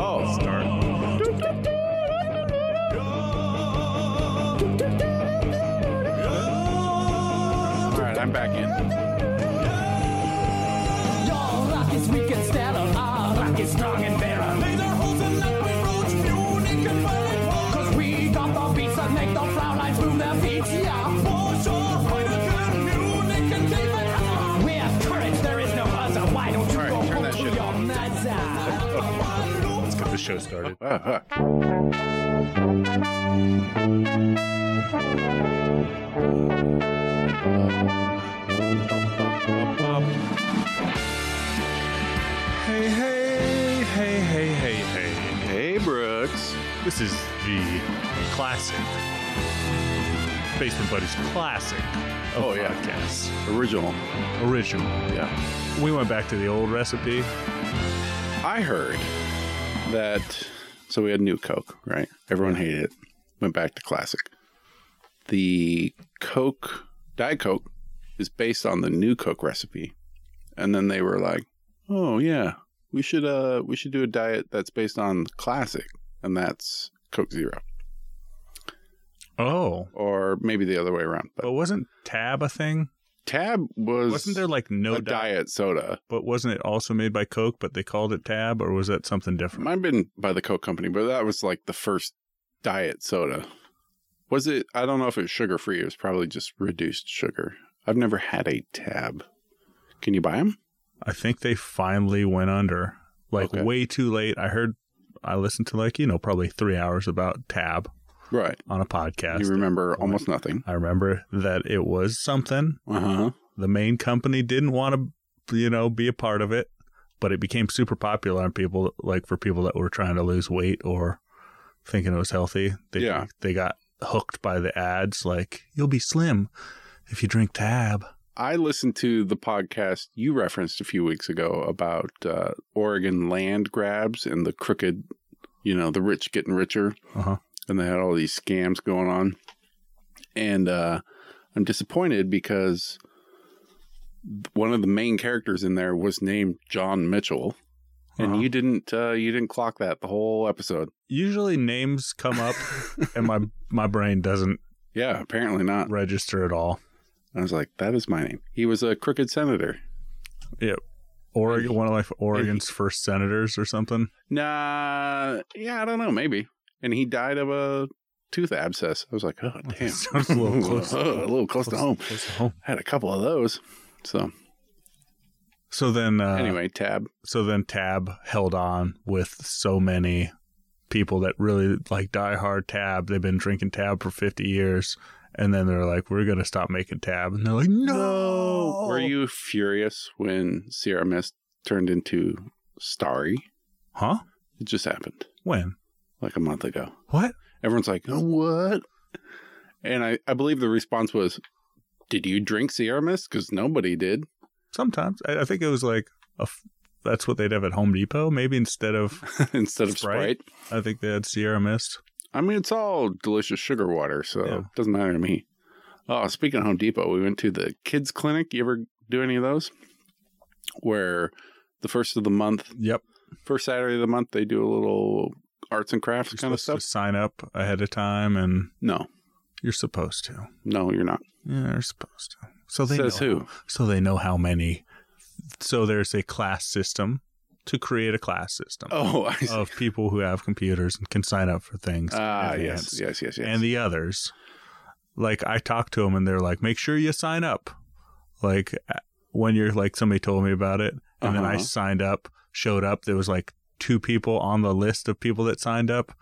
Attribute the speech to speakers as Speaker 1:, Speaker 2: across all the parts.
Speaker 1: Oh.
Speaker 2: Let's get the show started.
Speaker 1: Uh-huh.
Speaker 2: Hey, hey, hey, hey, hey, hey.
Speaker 1: Hey, Brooks.
Speaker 2: This is the classic Basement Buddies classic of
Speaker 1: Oh, yeah.
Speaker 2: podcasts.
Speaker 1: Original.
Speaker 2: Original.
Speaker 1: Yeah.
Speaker 2: We went back to the old recipe.
Speaker 1: I heard that. So we had New Coke, right? Everyone hated it. Went back to classic. The Coke, Diet Coke, is based on the New Coke recipe. And then they were like, "Oh yeah, we should uh we should do a diet that's based on classic, and that's Coke Zero,
Speaker 2: Oh.
Speaker 1: or maybe the other way around." But
Speaker 2: But wasn't Tab a thing?
Speaker 1: Tab was
Speaker 2: Oh. Wasn't there like
Speaker 1: a
Speaker 2: no
Speaker 1: diet, soda?
Speaker 2: But wasn't it also made by Coke, but they called it Tab, or was that something different?
Speaker 1: Might have been by the Coke Company, but that was like the first diet soda. Was it? I don't know if it was sugar free. It was probably just reduced sugar. I've never had a tab. Can you buy them?
Speaker 2: I think they finally went under, like
Speaker 1: Okay.
Speaker 2: way too late. I heard, I listened to like, you know, probably three hours about Tab
Speaker 1: Right.
Speaker 2: on a podcast.
Speaker 1: you remember
Speaker 2: point.
Speaker 1: almost nothing.
Speaker 2: I remember that it was something.
Speaker 1: Uh huh.
Speaker 2: The main company didn't want to, you know, be a part of it, but it became super popular on people, like for people that were trying to lose weight or thinking it was healthy. They,
Speaker 1: Yeah.
Speaker 2: They got hooked by the ads, like, you'll be slim if you drink Tab.
Speaker 1: I listened to the podcast you referenced a few weeks ago about uh, Oregon land grabs and the crooked, you know, the rich getting richer.
Speaker 2: Uh-huh.
Speaker 1: And they had all these scams going on. And uh, I'm disappointed because one of the main characters in there was named John Mitchell.
Speaker 2: Uh-huh.
Speaker 1: And you didn't uh, you didn't clock that the whole episode.
Speaker 2: Usually names come up and my, my brain doesn't
Speaker 1: Yeah, apparently not.
Speaker 2: register at all.
Speaker 1: I was like, that is my name. He was a crooked senator.
Speaker 2: Oregon, one of like Oregon's first senators or something.
Speaker 1: Nah, yeah, I don't know, maybe. And he died of a tooth abscess. I was like, oh damn,
Speaker 2: Sounds a little close.
Speaker 1: Oh, a little close, to home.
Speaker 2: Close to home.
Speaker 1: Had a couple of those. So
Speaker 2: So then, uh, anyway,
Speaker 1: anyway, tab.
Speaker 2: so then Tab held on with so many people that really like die hard Tab. They've been drinking Tab for fifty years, and then they're like, "We're gonna stop making Tab," and they're like, "No."
Speaker 1: Were you furious when Sierra Mist turned into Starry?
Speaker 2: Huh?
Speaker 1: It just happened
Speaker 2: When?
Speaker 1: like a month ago.
Speaker 2: What?
Speaker 1: Everyone's like, oh, what? And I, I believe the response was, did you drink Sierra Mist? Because nobody did.
Speaker 2: Sometimes I, I think it was like a. F- that's what they'd have at Home Depot. Maybe instead of,
Speaker 1: Instead of Sprite.
Speaker 2: Sprite? I think they had Sierra Mist.
Speaker 1: I mean, it's all delicious sugar water, so
Speaker 2: Yeah.
Speaker 1: it doesn't matter to me. Oh, speaking of Home Depot, we went to the kids clinic. You ever do any of those? Where the first of the month,
Speaker 2: Yep.
Speaker 1: first Saturday of the month, they do a little arts and crafts
Speaker 2: You're
Speaker 1: kind of
Speaker 2: supposed
Speaker 1: stuff.
Speaker 2: to sign up ahead of time, and
Speaker 1: No,
Speaker 2: you're supposed to.
Speaker 1: no, you're not.
Speaker 2: Yeah, they're supposed to. So they
Speaker 1: Says
Speaker 2: know,
Speaker 1: who?
Speaker 2: So they know how many. So there's a class system to create a class system
Speaker 1: Oh, I see.
Speaker 2: of people who have computers and can sign up for things. in
Speaker 1: Ah, yes,
Speaker 2: advance.
Speaker 1: yes, yes, yes.
Speaker 2: And the others, like I talked to them and they're like, make sure you sign up. Like uh, when you're like somebody told me about it, and then I
Speaker 1: Uh-huh.
Speaker 2: signed up, showed up. There was like two people on the list of people that signed up,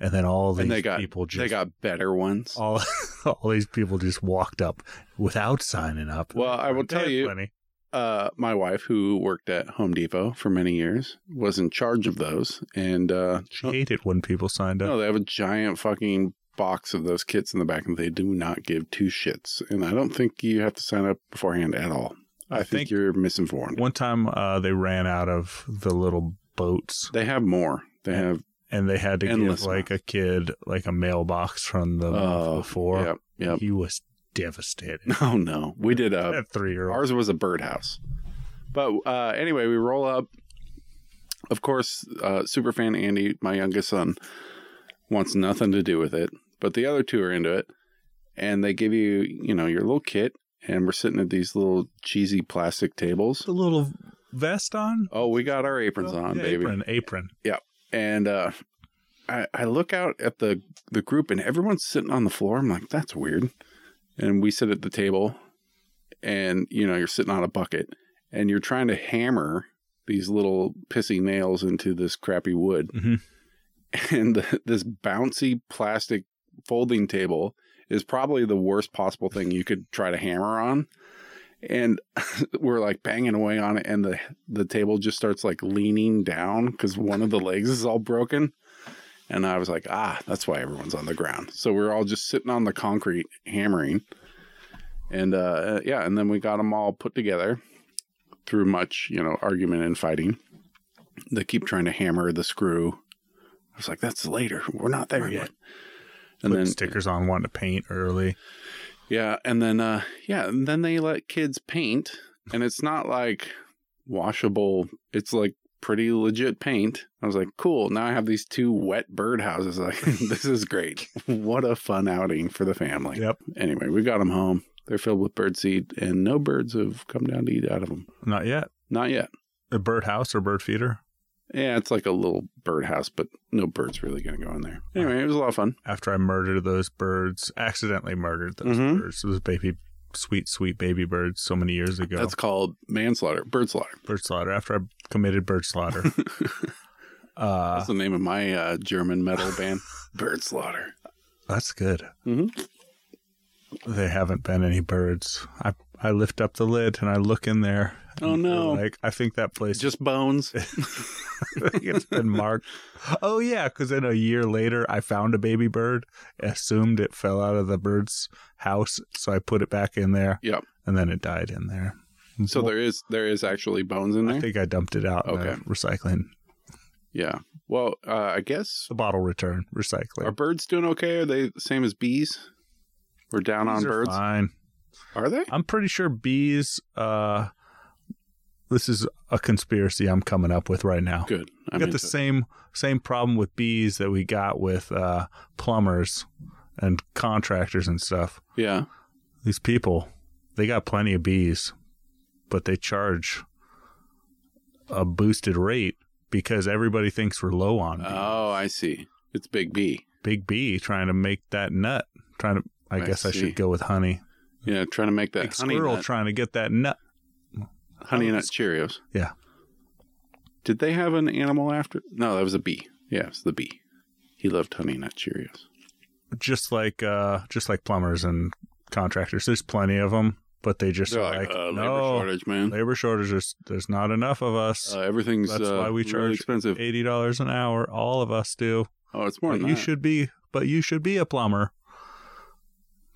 Speaker 2: and then all these
Speaker 1: And they got
Speaker 2: people just
Speaker 1: they got better ones.
Speaker 2: all all these people just walked up without signing up.
Speaker 1: Well, I will tell you,
Speaker 2: Funny.
Speaker 1: uh, my wife, who worked at Home Depot for many years, was in charge of those, and uh,
Speaker 2: She hated when people signed up.
Speaker 1: No, they have a giant fucking box of those kits in the back, and they do not give two shits. And I don't think you have to sign up beforehand at all. I,
Speaker 2: I
Speaker 1: think,
Speaker 2: think-
Speaker 1: you're misinformed.
Speaker 2: One time, uh, they ran out of the little boats,
Speaker 1: they have more. They have
Speaker 2: and they had to
Speaker 1: Endless
Speaker 2: give like a kid like a mailbox from the
Speaker 1: Oh,
Speaker 2: month before.
Speaker 1: Yep, yep.
Speaker 2: He was devastated.
Speaker 1: Oh no, we did a
Speaker 2: That three year old.
Speaker 1: ours was a birdhouse. But uh, anyway, we roll up. Of course, uh, super fan Andy, my youngest son, wants nothing to do with it. But the other two are into it, and they give you, you know, your little kit. And we're sitting at these little cheesy plastic tables.
Speaker 2: The little vest on.
Speaker 1: Oh, we got our aprons on,
Speaker 2: Yeah,
Speaker 1: baby.
Speaker 2: Apron, apron.
Speaker 1: And uh, I, I look out at the the group, and everyone's sitting on the floor. I'm like, that's weird. And we sit at the table, and you know, you're sitting on a bucket, and you're trying to hammer these little pissy nails into this crappy wood.
Speaker 2: Mhm.
Speaker 1: And th- this bouncy plastic folding table is probably the worst possible thing you could try to hammer on. And we're like banging away on it, and the the table just starts like leaning down because one of the legs is all broken. And I was like, ah, that's why everyone's on the ground. So we're all just sitting on the concrete hammering. And uh, yeah, and then we got them all put together through much, you know, argument and fighting. They keep trying to hammer the screw. I was like, that's later. We're not there
Speaker 2: Right.
Speaker 1: yet.
Speaker 2: Put stickers on wanting to paint early.
Speaker 1: Yeah, and then uh yeah, and then they let kids paint and it's not like washable. It's like pretty legit paint. I was like, "Cool, now I have these two wet birdhouses. Like this is great. What a fun outing for the family."
Speaker 2: Yep.
Speaker 1: Anyway, we got them home. They're filled with bird seed and no birds have come down to eat out of them.
Speaker 2: Not yet.
Speaker 1: Not yet.
Speaker 2: A bird house or bird feeder.
Speaker 1: Yeah, it's like a little birdhouse, but no bird's really going to go in there. Anyway, it was a lot of fun.
Speaker 2: After I murdered those birds, accidentally murdered those
Speaker 1: Mhm.
Speaker 2: birds, those baby, sweet, sweet baby birds so many years ago.
Speaker 1: That's called manslaughter, bird slaughter.
Speaker 2: bird slaughter. After I committed bird slaughter. uh,
Speaker 1: That's the name of my uh, German metal band, Bird Slaughter.
Speaker 2: that's good.
Speaker 1: Mhm.
Speaker 2: They haven't been any birds. I, I lift up the lid and I look in there.
Speaker 1: Oh,
Speaker 2: and they're
Speaker 1: no.
Speaker 2: Like I think that place
Speaker 1: Just bones.
Speaker 2: it's been marked. Oh yeah, because then a year later, I found a baby bird, assumed it fell out of the bird's house, so I put it back in there.
Speaker 1: Yep.
Speaker 2: and then it died in there.
Speaker 1: So there is there is actually bones in
Speaker 2: I
Speaker 1: there.
Speaker 2: think I dumped it out. Okay,
Speaker 1: Okay.
Speaker 2: recycling
Speaker 1: Yeah. Well, uh, I guess
Speaker 2: the bottle return recycling.
Speaker 1: are birds doing okay? Are they the same as bees? We're down
Speaker 2: Bees
Speaker 1: on
Speaker 2: are
Speaker 1: birds.
Speaker 2: Fine. Uh,
Speaker 1: Are they?
Speaker 2: I'm pretty sure bees. Uh, this is a conspiracy I'm coming up with right now.
Speaker 1: Good. I
Speaker 2: We got the same same problem with bees that we got with uh, plumbers and contractors and stuff.
Speaker 1: yeah.
Speaker 2: these people they got plenty of bees but they charge a boosted rate because everybody thinks we're low on bees.
Speaker 1: Oh, I see. It's big bee.
Speaker 2: big bee trying to make that nut trying to i,
Speaker 1: I
Speaker 2: guess i
Speaker 1: see.
Speaker 2: should go with honey
Speaker 1: Yeah, trying to make that
Speaker 2: big
Speaker 1: honey
Speaker 2: squirrel
Speaker 1: nut,
Speaker 2: trying to get that nut
Speaker 1: honey nut Cheerios.
Speaker 2: Yeah.
Speaker 1: Did they have an animal after? No, that was a bee. Yeah, it's the bee. He loved honey nut Cheerios.
Speaker 2: just like uh just like plumbers and contractors there's plenty of them but they just
Speaker 1: They're
Speaker 2: are
Speaker 1: like,
Speaker 2: like,
Speaker 1: uh, labor
Speaker 2: no
Speaker 1: shortage, man.
Speaker 2: labor shortage is there's not enough of us
Speaker 1: Uh, everything's
Speaker 2: That's
Speaker 1: uh,
Speaker 2: why we
Speaker 1: really
Speaker 2: charge
Speaker 1: expensive.
Speaker 2: $80 an hour all of us do
Speaker 1: Oh, it's more
Speaker 2: But
Speaker 1: than
Speaker 2: you
Speaker 1: that.
Speaker 2: should be but you should be a plumber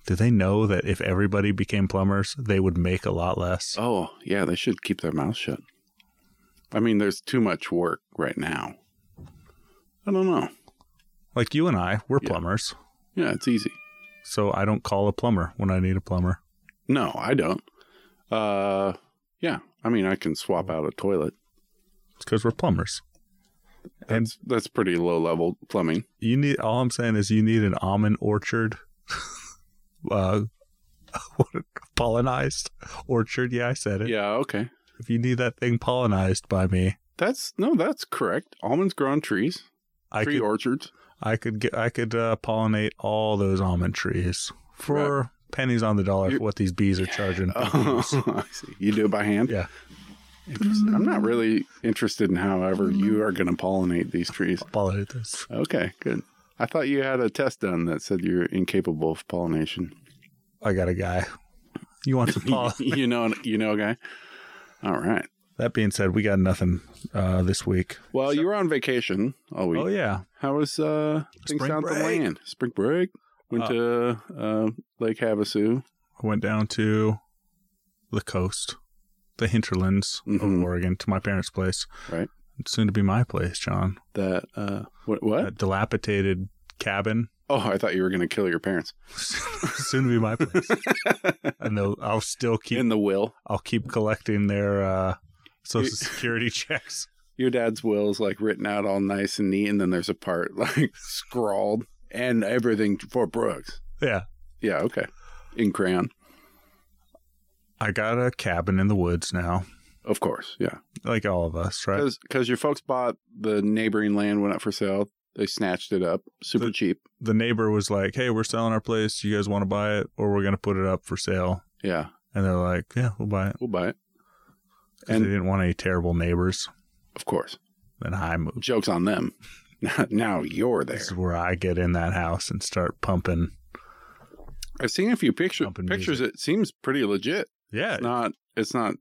Speaker 2: do they know that if everybody became plumbers they would make a lot less
Speaker 1: Oh, yeah, they should keep their mouth shut. I mean, there's too much work right now. I don't know.
Speaker 2: like you and i we're
Speaker 1: Yeah.
Speaker 2: plumbers
Speaker 1: Yeah, it's easy.
Speaker 2: so i don't call a plumber when i need a plumber
Speaker 1: No, I don't. Uh, yeah, I mean, I can swap out a toilet.
Speaker 2: it's because we're plumbers And-
Speaker 1: That's that's pretty low level plumbing.
Speaker 2: you need all i'm saying is you need an almond orchard uh what- pollinized orchard yeah i said it
Speaker 1: Yeah, okay.
Speaker 2: if you need that thing pollinized by me
Speaker 1: That's no, that's correct. Almonds grow on trees,
Speaker 2: i
Speaker 1: tree
Speaker 2: could
Speaker 1: orchards.
Speaker 2: i could get i could uh, pollinate all those almond trees for pennies on the dollar
Speaker 1: You're-
Speaker 2: for what these bees are charging
Speaker 1: Oh, I see. You do it by hand.
Speaker 2: Yeah.
Speaker 1: Interesting. I'm not really interested in however you are going to pollinate these trees.
Speaker 2: pollinate this.
Speaker 1: Okay, good. I thought you had a test done that said you're incapable of pollination.
Speaker 2: I got a guy. You want some pollen?
Speaker 1: you know, you know, a guy. All right.
Speaker 2: that being said, we got nothing uh, this week.
Speaker 1: Well, you were on vacation all week.
Speaker 2: Oh yeah,
Speaker 1: How was uh things
Speaker 2: Spring
Speaker 1: down at the
Speaker 2: break.
Speaker 1: land? Spring break. Went
Speaker 2: Uh,
Speaker 1: to uh, Lake Havasu.
Speaker 2: I went down to the coast, the hinterlands
Speaker 1: Mhm.
Speaker 2: of Oregon, to my parents' place.
Speaker 1: Right.
Speaker 2: soon to be my place, John.
Speaker 1: That uh, what? What?
Speaker 2: That dilapidated cabin.
Speaker 1: oh, I thought you were going to kill your parents
Speaker 2: soon to be my place, and they'll, I'll still keep.
Speaker 1: in the will.
Speaker 2: I'll keep collecting their uh,
Speaker 1: You-
Speaker 2: social security checks.
Speaker 1: Your dad's will is like written out all nice and neat, and then there's a part like scrawled and everything for Brooks.
Speaker 2: Yeah,
Speaker 1: Yeah. Okay. In crayon,
Speaker 2: I got a cabin in the woods now,
Speaker 1: of course. Yeah.
Speaker 2: like all of us, right?
Speaker 1: Because your folks bought the neighboring land, went up for sale. They snatched it up, super
Speaker 2: The-
Speaker 1: cheap.
Speaker 2: the neighbor was like, "Hey, we're selling our place. You guys want to buy it, or we're gonna put it up for sale?"
Speaker 1: Yeah,
Speaker 2: And they're like, "Yeah, we'll buy it."
Speaker 1: we'll buy it.
Speaker 2: And
Speaker 1: And-
Speaker 2: they didn't want any terrible neighbors.
Speaker 1: Of course.
Speaker 2: Then I move.
Speaker 1: Joke's on them. now you're there.
Speaker 2: This is where I get in that house and start pumping.
Speaker 1: I've seen a few picture,
Speaker 2: Pumping
Speaker 1: pictures. It seems pretty legit.
Speaker 2: Yeah,
Speaker 1: It's not. It's not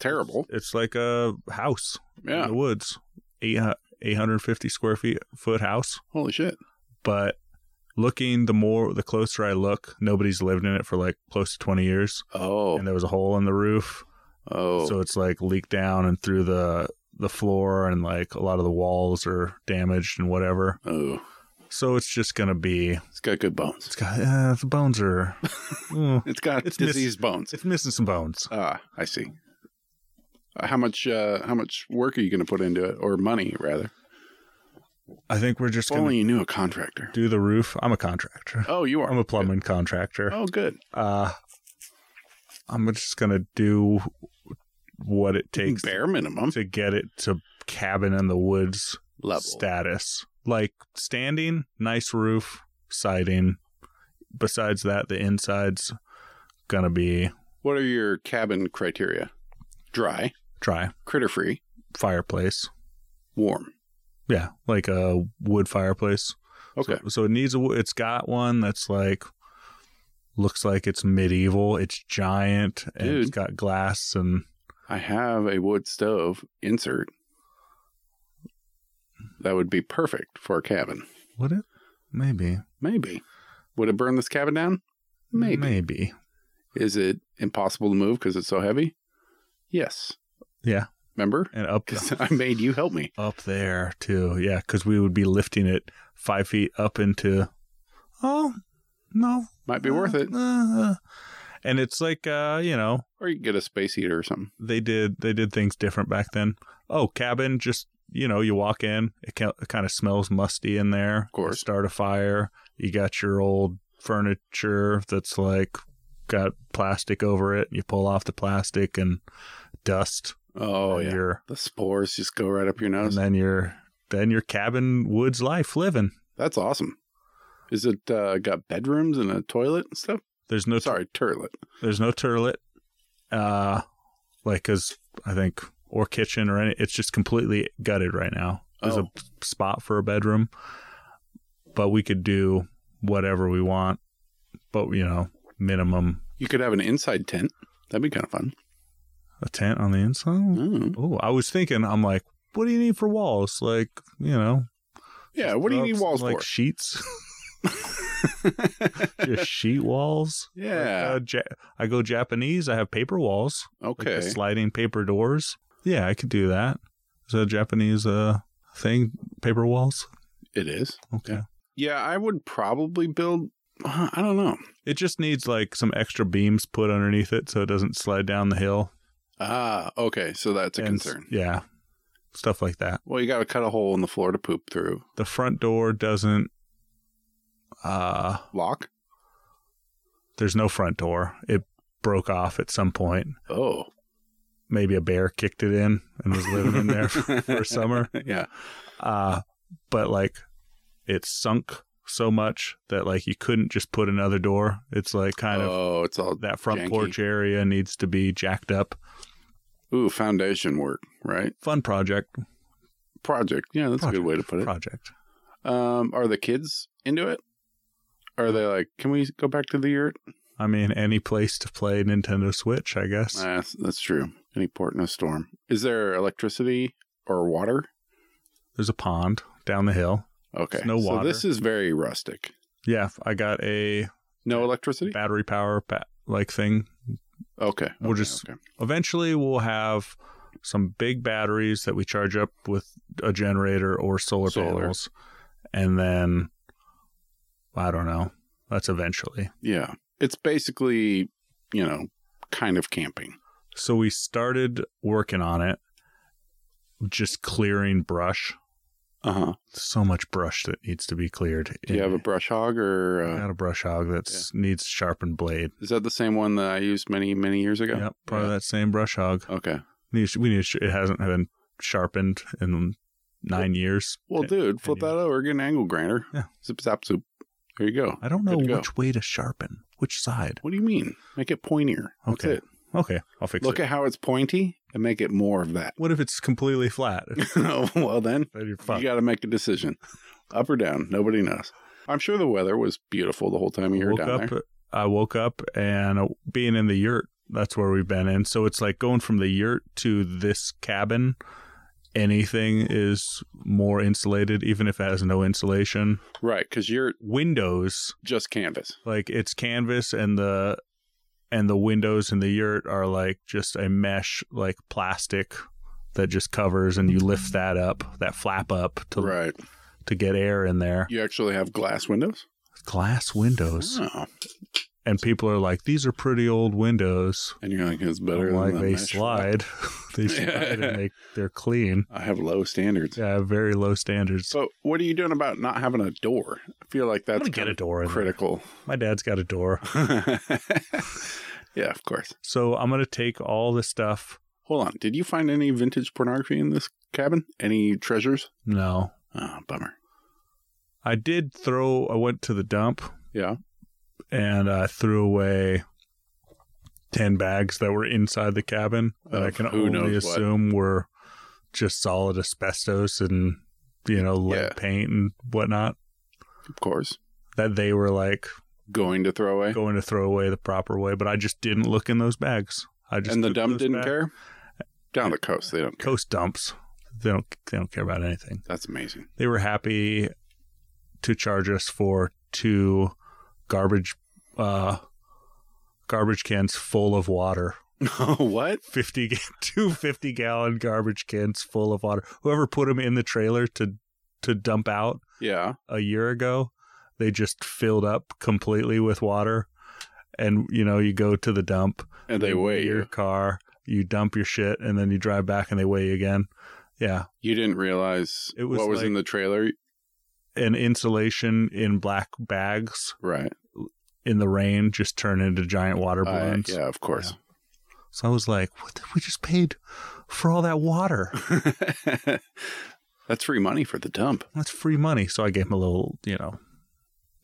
Speaker 1: terrible.
Speaker 2: It's like a house in
Speaker 1: Yeah.
Speaker 2: the woods, eight eight hundred fifty square feet foot house.
Speaker 1: Holy shit.
Speaker 2: But looking the more the closer I look, nobody's lived in it for like close to twenty years,
Speaker 1: Oh.
Speaker 2: and there was a hole in the roof,
Speaker 1: Oh.
Speaker 2: so it's like leaked down and through the the floor, and like a lot of the walls are damaged and whatever.
Speaker 1: oh.
Speaker 2: So it's just gonna be
Speaker 1: It's got good bones.
Speaker 2: it's got uh, the bones are mm,
Speaker 1: It's got
Speaker 2: It's mis-
Speaker 1: diseased bones.
Speaker 2: it's missing some bones.
Speaker 1: Ah, I see. Uh, How much? Uh, how much work are you going to put into it, or money rather?
Speaker 2: I think we're just
Speaker 1: If
Speaker 2: gonna
Speaker 1: only you knew a contractor.
Speaker 2: do the roof. I'm a contractor.
Speaker 1: Oh, you are.
Speaker 2: I'm a plumbing contractor.
Speaker 1: Oh, good.
Speaker 2: uh i'm just gonna do what it takes
Speaker 1: Bare minimum
Speaker 2: to get it to cabin in the woods
Speaker 1: level.
Speaker 2: status like standing nice roof siding besides that the inside's gonna be
Speaker 1: What are your cabin criteria? Dry,
Speaker 2: dry
Speaker 1: critter free,
Speaker 2: fireplace
Speaker 1: warm.
Speaker 2: yeah like a wood fireplace
Speaker 1: Okay.
Speaker 2: So, so it needs a. wo- It's got one that's like looks like it's medieval. It's giant and it's
Speaker 1: Dude.
Speaker 2: got glass and
Speaker 1: I have a wood stove insert. That would be perfect for a cabin.
Speaker 2: what it maybe
Speaker 1: Maybe. Would it burn this cabin down? Maybe.
Speaker 2: maybe
Speaker 1: Is it impossible to move because it's so heavy? Yes.
Speaker 2: Yeah.
Speaker 1: Remember?
Speaker 2: and up
Speaker 1: 'Cause I made you help me.
Speaker 2: up there too. Yeah, because we would be lifting it five feet up into. Oh no,
Speaker 1: Might be worth it.
Speaker 2: Uh, uh. and it's like uh, you know
Speaker 1: Or you can get a space heater or something.
Speaker 2: they did they did things different back then. Oh, cabin just you know you walk in, it, ca- it kind of smells musty in there. Of
Speaker 1: course.
Speaker 2: start a fire. You got your old furniture that's like got plastic over it. You pull off the plastic and dust.
Speaker 1: Oh,
Speaker 2: and
Speaker 1: yeah.
Speaker 2: your-
Speaker 1: The spores just go right up your
Speaker 2: and
Speaker 1: nose.
Speaker 2: then your then your cabin woods life living.
Speaker 1: That's awesome. Is it uh, got bedrooms and a toilet and stuff?
Speaker 2: There's no
Speaker 1: Sorry, toilet.
Speaker 2: there's no turlet, uh, like because I think or kitchen or any. It's just completely gutted right now. There's
Speaker 1: Oh.
Speaker 2: a p- spot for a bedroom, but we could do whatever we want. But you know, minimum
Speaker 1: You could have an inside tent. That'd be kind of fun.
Speaker 2: a tent on the inside.
Speaker 1: Mm.
Speaker 2: Oh, I was thinking, I'm like, what do you need for walls? Like you know,
Speaker 1: Yeah, what do you need
Speaker 2: throw
Speaker 1: walls
Speaker 2: up some, like
Speaker 1: for?
Speaker 2: sheets? just sheet walls. Like,
Speaker 1: yeah.
Speaker 2: uh, ja- I go Japanese. I have paper walls. like
Speaker 1: okay.
Speaker 2: the sliding paper doors. Yeah, I could do that. Is that a Japanese uh thing? Paper walls.
Speaker 1: It is.
Speaker 2: Okay.
Speaker 1: Yeah. Yeah, I would probably build. uh, I don't know.
Speaker 2: It just needs like some extra beams put underneath it so it doesn't slide down the hill.
Speaker 1: Ah, okay. So that's a
Speaker 2: And s-
Speaker 1: concern.
Speaker 2: Yeah, stuff like that.
Speaker 1: Well, you got to cut a hole in the floor to poop through.
Speaker 2: The front door doesn't. Uh,
Speaker 1: Lock.
Speaker 2: there's no front door. It broke off at some point.
Speaker 1: Oh,
Speaker 2: Maybe a bear kicked it in and was living in there for, for summer.
Speaker 1: yeah.
Speaker 2: uh, but like it sunk so much that like you couldn't just put another door. It's like kind of
Speaker 1: oh, it's all
Speaker 2: that front
Speaker 1: janky.
Speaker 2: porch area needs to be jacked up.
Speaker 1: ooh foundation work, right?
Speaker 2: Fun project,
Speaker 1: Project. Yeah, that's a good way to put it.
Speaker 2: project.
Speaker 1: Um, are the kids into it? Are they like, can we go back to the yurt?
Speaker 2: I mean, any place to play Nintendo Switch, I guess.
Speaker 1: Ah, that's, that's true. Any port in a storm. Is there electricity or water?
Speaker 2: There's a pond down the hill.
Speaker 1: Okay.
Speaker 2: There's no
Speaker 1: So this
Speaker 2: water.
Speaker 1: is very rustic.
Speaker 2: Yeah, I got a
Speaker 1: No electricity?
Speaker 2: battery power pa- like thing.
Speaker 1: Okay.
Speaker 2: We'll
Speaker 1: okay,
Speaker 2: just-
Speaker 1: okay.
Speaker 2: Eventually, we'll have some big batteries that we charge up with a generator or solar,
Speaker 1: Solar.
Speaker 2: panels, and then I don't know. That's eventually.
Speaker 1: Yeah. It's basically, you know, kind of camping.
Speaker 2: So we started working on it, just clearing brush.
Speaker 1: Uh huh.
Speaker 2: so much brush that needs to be cleared.
Speaker 1: Do you have a brush hog or
Speaker 2: I
Speaker 1: uh,
Speaker 2: got a brush hog that needs sharpened blade.
Speaker 1: is that the same one that I used many, many years ago?
Speaker 2: Yep, probably that same brush hog.
Speaker 1: Yeah. Okay.
Speaker 2: Needs- We need. to- It hasn't been sharpened in nine years.
Speaker 1: Well, dude, flip
Speaker 2: Ten
Speaker 1: that over. Get an angle grinder.
Speaker 2: Yeah.
Speaker 1: Zip, zap, zoop. There you go.
Speaker 2: I don't know
Speaker 1: Good to go.
Speaker 2: which way to sharpen, which side.
Speaker 1: What do you mean? Make it pointier. That's
Speaker 2: Okay.
Speaker 1: it.
Speaker 2: Okay, I'll fix
Speaker 1: Look
Speaker 2: it.
Speaker 1: at how it's pointy. and make it more of that.
Speaker 2: What if it's completely flat?
Speaker 1: well, then
Speaker 2: Then you're fucked.
Speaker 1: you got to make a decision, up or down. Nobody knows. I'm sure the weather was beautiful the whole time you were
Speaker 2: woke
Speaker 1: down
Speaker 2: up.
Speaker 1: there.
Speaker 2: I woke up and uh, being in the yurt. That's where we've been in. So it's like going from the yurt to this cabin. Anything is more insulated, even if it has no insulation.
Speaker 1: Right, because you're
Speaker 2: Windows,
Speaker 1: just canvas.
Speaker 2: like it's canvas, and the and the windows in the yurt are like just a mesh, like plastic that just covers, and you lift that up, that flap up to
Speaker 1: Right.
Speaker 2: to get air in there.
Speaker 1: You actually have glass windows?
Speaker 2: Glass windows,
Speaker 1: Oh.
Speaker 2: and people are like, "These are pretty old windows."
Speaker 1: And you're like, it's
Speaker 2: I'm
Speaker 1: better than
Speaker 2: like
Speaker 1: the
Speaker 2: they
Speaker 1: mesh.
Speaker 2: slide. they slide and they, they're clean.
Speaker 1: I have low standards.
Speaker 2: Yeah, I have very low standards.
Speaker 1: So what are you doing about not having a door? I feel like
Speaker 2: I'm
Speaker 1: that's
Speaker 2: gonna get
Speaker 1: kind
Speaker 2: a
Speaker 1: of
Speaker 2: door in there.
Speaker 1: critical.
Speaker 2: My dad's got a door,
Speaker 1: yeah, of course.
Speaker 2: so I'm gonna take all the stuff.
Speaker 1: Hold on. Did you find any vintage pornography in this cabin? Any treasures?
Speaker 2: No,
Speaker 1: Oh, bummer.
Speaker 2: I did throw. I went to the dump
Speaker 1: Yeah.
Speaker 2: and I threw away ten bags that were inside the cabin that I
Speaker 1: Of
Speaker 2: can
Speaker 1: who
Speaker 2: only
Speaker 1: knows what.
Speaker 2: assume were just solid asbestos and you know lead
Speaker 1: Yeah.
Speaker 2: paint and whatnot.
Speaker 1: Of course.
Speaker 2: That they were like
Speaker 1: Going to throw away.
Speaker 2: going to throw away the proper way, but I just didn't look in those bags. I just
Speaker 1: and the
Speaker 2: took
Speaker 1: dump
Speaker 2: those
Speaker 1: didn't
Speaker 2: back-
Speaker 1: care? Down the coast, they don't care.
Speaker 2: Coast dumps. They don't they don't care about anything.
Speaker 1: That's amazing.
Speaker 2: They were happy to charge us for two garbage uh garbage cans full of water.
Speaker 1: what?
Speaker 2: 50 ga- two 50 gallon garbage cans full of water. Whoever put them in the trailer to to dump out
Speaker 1: Yeah.
Speaker 2: a year ago, they just filled up completely with water. And you know, you go to the dump
Speaker 1: And they
Speaker 2: you
Speaker 1: weigh
Speaker 2: your
Speaker 1: you.
Speaker 2: car, you dump your shit, and then you drive back and they weigh you again. Yeah,
Speaker 1: You didn't realize
Speaker 2: It was
Speaker 1: what was in the trailer.
Speaker 2: and insulation in black bags
Speaker 1: Right.
Speaker 2: in the rain just turn into giant water
Speaker 1: I-
Speaker 2: balloons.
Speaker 1: yeah, of course.
Speaker 2: So I was like, "What? The, we just paid for all that water.
Speaker 1: That's free money for the dump.
Speaker 2: That's free money." So I gave him a little, you know,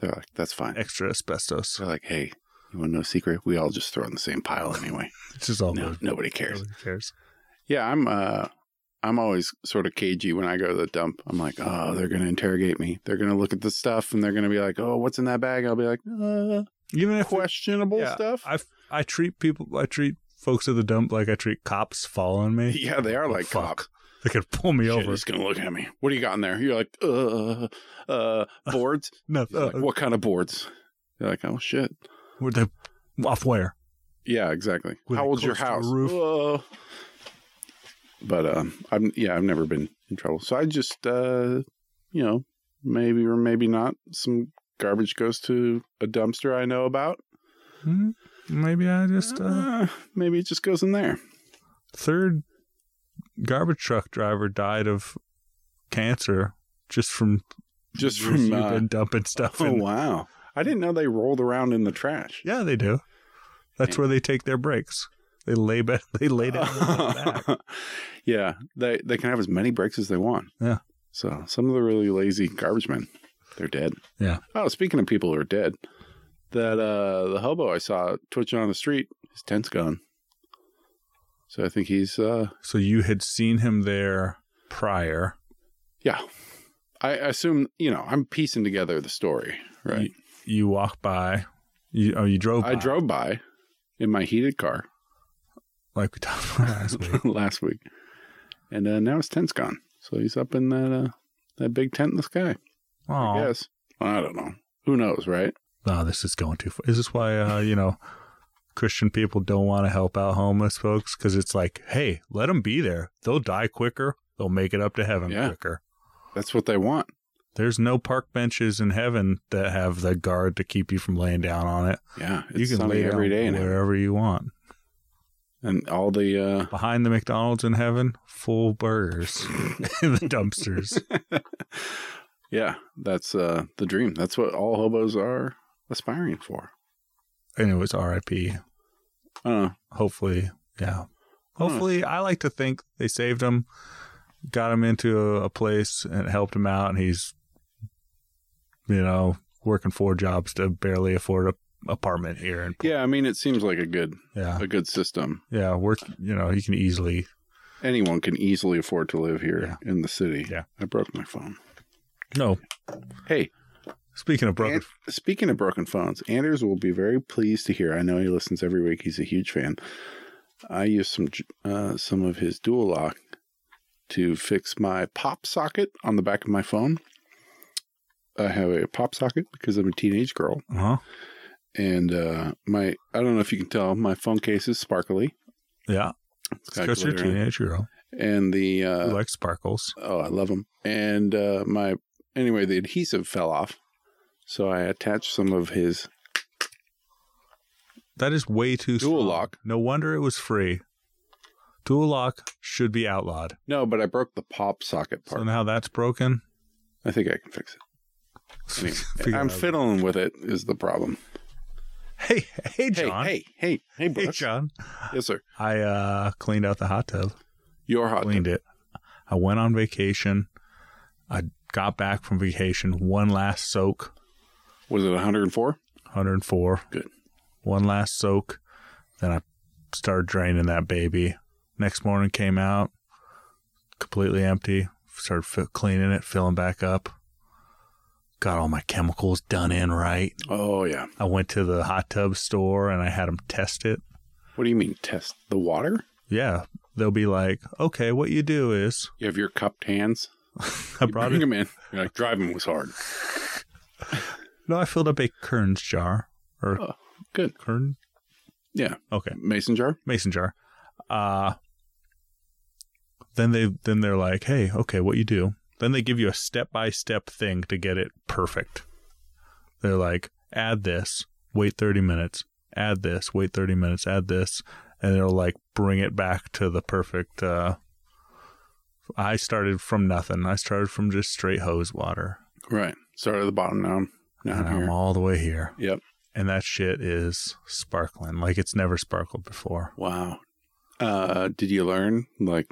Speaker 1: They're like, that's fine.
Speaker 2: extra asbestos.
Speaker 1: They're like, hey, you want no secret? We all just throw in the same pile anyway.
Speaker 2: It's just all
Speaker 1: No,
Speaker 2: good.
Speaker 1: nobody cares.
Speaker 2: Nobody cares.
Speaker 1: Yeah, I'm uh I'm always sort of cagey when I go to the dump. I'm like, oh, they're gonna interrogate me. They're gonna look at the stuff and they're gonna be like, oh, what's in that bag? I'll be like, uh,
Speaker 2: Even if
Speaker 1: questionable
Speaker 2: yeah,
Speaker 1: stuff.
Speaker 2: I I treat people, I treat folks at the dump like I treat cops following me.
Speaker 1: yeah, they are like
Speaker 2: Oh, Fuck.
Speaker 1: cop.
Speaker 2: They could pull me
Speaker 1: Shit,
Speaker 2: over.
Speaker 1: he's gonna look at me. What do you got in there? You're like, uh, uh, boards.
Speaker 2: No,
Speaker 1: He's like,
Speaker 2: uh,
Speaker 1: what kind of boards? You're like, oh shit.
Speaker 2: were they off where?
Speaker 1: Yeah, exactly.
Speaker 2: Were
Speaker 1: How
Speaker 2: they
Speaker 1: old's your
Speaker 2: close to the
Speaker 1: house?
Speaker 2: roof?
Speaker 1: Whoa. But um, I'm yeah, I've never been in trouble, so I just uh, you know, maybe or maybe not. Some garbage goes to a dumpster I know about.
Speaker 2: Hmm? Maybe I just uh,
Speaker 1: Uh, maybe it just goes in there.
Speaker 2: third garbage truck driver died of cancer just from
Speaker 1: Just
Speaker 2: years
Speaker 1: from
Speaker 2: you've
Speaker 1: uh,
Speaker 2: been dumping stuff.
Speaker 1: oh
Speaker 2: in.
Speaker 1: wow, I didn't know they rolled around in the trash.
Speaker 2: Yeah, they do. That's where they take their breaks. They lay ba- they lay down. on their back.
Speaker 1: yeah, they they can have as many breaks as they want.
Speaker 2: Yeah.
Speaker 1: So some of the really lazy garbage men, they're dead.
Speaker 2: Yeah.
Speaker 1: Oh, speaking of people who are dead, that uh the hobo I saw twitching on the street, his tent's gone. So I think he's uh
Speaker 2: So you had seen him there prior.
Speaker 1: yeah. I assume you know I'm piecing together the story, right?
Speaker 2: You walked by. You oh you drove.
Speaker 1: I
Speaker 2: by,
Speaker 1: drove by in my heated car
Speaker 2: like we talked about last week.
Speaker 1: last week, and uh, now his tent's gone. So he's up in that uh, that big tent in the sky.
Speaker 2: Oh
Speaker 1: Yes. I don't know. Who knows, right?
Speaker 2: no, this is going too far. Is this why uh, you know Christian people don't want to help out homeless folks because it's like, hey, let them be there. They'll die quicker. They'll make it up to heaven
Speaker 1: Yeah.
Speaker 2: quicker.
Speaker 1: That's what they want.
Speaker 2: There's no park benches in heaven that have the guard to keep you from laying down on it.
Speaker 1: Yeah, it's
Speaker 2: you can
Speaker 1: sunny
Speaker 2: lay
Speaker 1: every day,
Speaker 2: down
Speaker 1: and,
Speaker 2: wherever you want.
Speaker 1: and all the uh,
Speaker 2: Behind the McDonald's in heaven, full burgers in the dumpsters.
Speaker 1: yeah, that's uh, the dream. That's what all hobos are aspiring for.
Speaker 2: And it was R.I.P.
Speaker 1: I don't know.
Speaker 2: Hopefully, yeah.
Speaker 1: Huh.
Speaker 2: Hopefully, I like to think they saved him, got him into a, a place, and helped him out. And he's, you know, working four jobs to barely afford a apartment here. And
Speaker 1: Yeah, I mean, it seems like a good
Speaker 2: yeah,
Speaker 1: a good system.
Speaker 2: yeah, work. You know, he can easily
Speaker 1: anyone can easily afford to live here in the city.
Speaker 2: Yeah.
Speaker 1: I broke my phone.
Speaker 2: No.
Speaker 1: Hey,
Speaker 2: Speaking of broken,
Speaker 1: and, speaking of broken phones, Anders will be very pleased to hear. I know he listens every week. He's a huge fan. I used some j- uh, some of his dual lock to fix my pop socket on the back of my phone. I have a pop socket because I'm a teenage girl,
Speaker 2: huh?
Speaker 1: and uh, my I don't know if you can tell my phone case is sparkly.
Speaker 2: Yeah,
Speaker 1: It's got
Speaker 2: because you're a
Speaker 1: glitter in it.
Speaker 2: teenage girl.
Speaker 1: and the uh,
Speaker 2: You like sparkles.
Speaker 1: Oh, I love them. And uh, my anyway, the adhesive fell off, so I attached some of his.
Speaker 2: That is way too
Speaker 1: Dual
Speaker 2: strong.
Speaker 1: lock.
Speaker 2: No wonder it was free. Dual lock should be outlawed.
Speaker 1: No, but I broke the pop socket part.
Speaker 2: So now that's broken.
Speaker 1: I think I can fix it. Anyway,
Speaker 2: Figure
Speaker 1: I'm
Speaker 2: out.
Speaker 1: fiddling with it is the problem.
Speaker 2: Hey, hey,
Speaker 1: Hey,
Speaker 2: John.
Speaker 1: hey, hey, hey,
Speaker 2: hey,
Speaker 1: Brooks.
Speaker 2: John.
Speaker 1: yes, sir.
Speaker 2: I uh, cleaned out the hot tub.
Speaker 1: Your hot.
Speaker 2: Cleaned it. I went on vacation. I got back from vacation. One last soak.
Speaker 1: Was it 104?
Speaker 2: 104.
Speaker 1: Good.
Speaker 2: One last soak. Then I started draining that baby. Next morning came out completely empty. Started fi- cleaning it, filling back up. Got all my chemicals done in right.
Speaker 1: Oh yeah.
Speaker 2: I went to the hot tub store and I had them test it.
Speaker 1: What do you mean test the water?
Speaker 2: Yeah, they'll be like, okay, what you do is
Speaker 1: You have your cupped hands.
Speaker 2: I
Speaker 1: You
Speaker 2: brought
Speaker 1: bring
Speaker 2: it.
Speaker 1: them in. You're like driving was hard.
Speaker 2: No, I filled up a Kern's jar or
Speaker 1: Oh, good.
Speaker 2: Kern.
Speaker 1: Yeah.
Speaker 2: Okay.
Speaker 1: Mason jar.
Speaker 2: mason jar. Uh, then they then they're like, hey, okay, what you do? Then they give you a step by step thing to get it perfect. They're like, add this, wait thirty minutes, add this, wait thirty minutes, add this, and it'll like bring it back to the perfect. Uh, I started from nothing. I started from just straight hose water,
Speaker 1: Right. Start at the bottom now. I'm- Now
Speaker 2: and
Speaker 1: I'm
Speaker 2: I'm
Speaker 1: here.
Speaker 2: all the way here.
Speaker 1: Yep.
Speaker 2: And that shit is sparkling like it's never sparkled before.
Speaker 1: Wow. Uh, did you learn like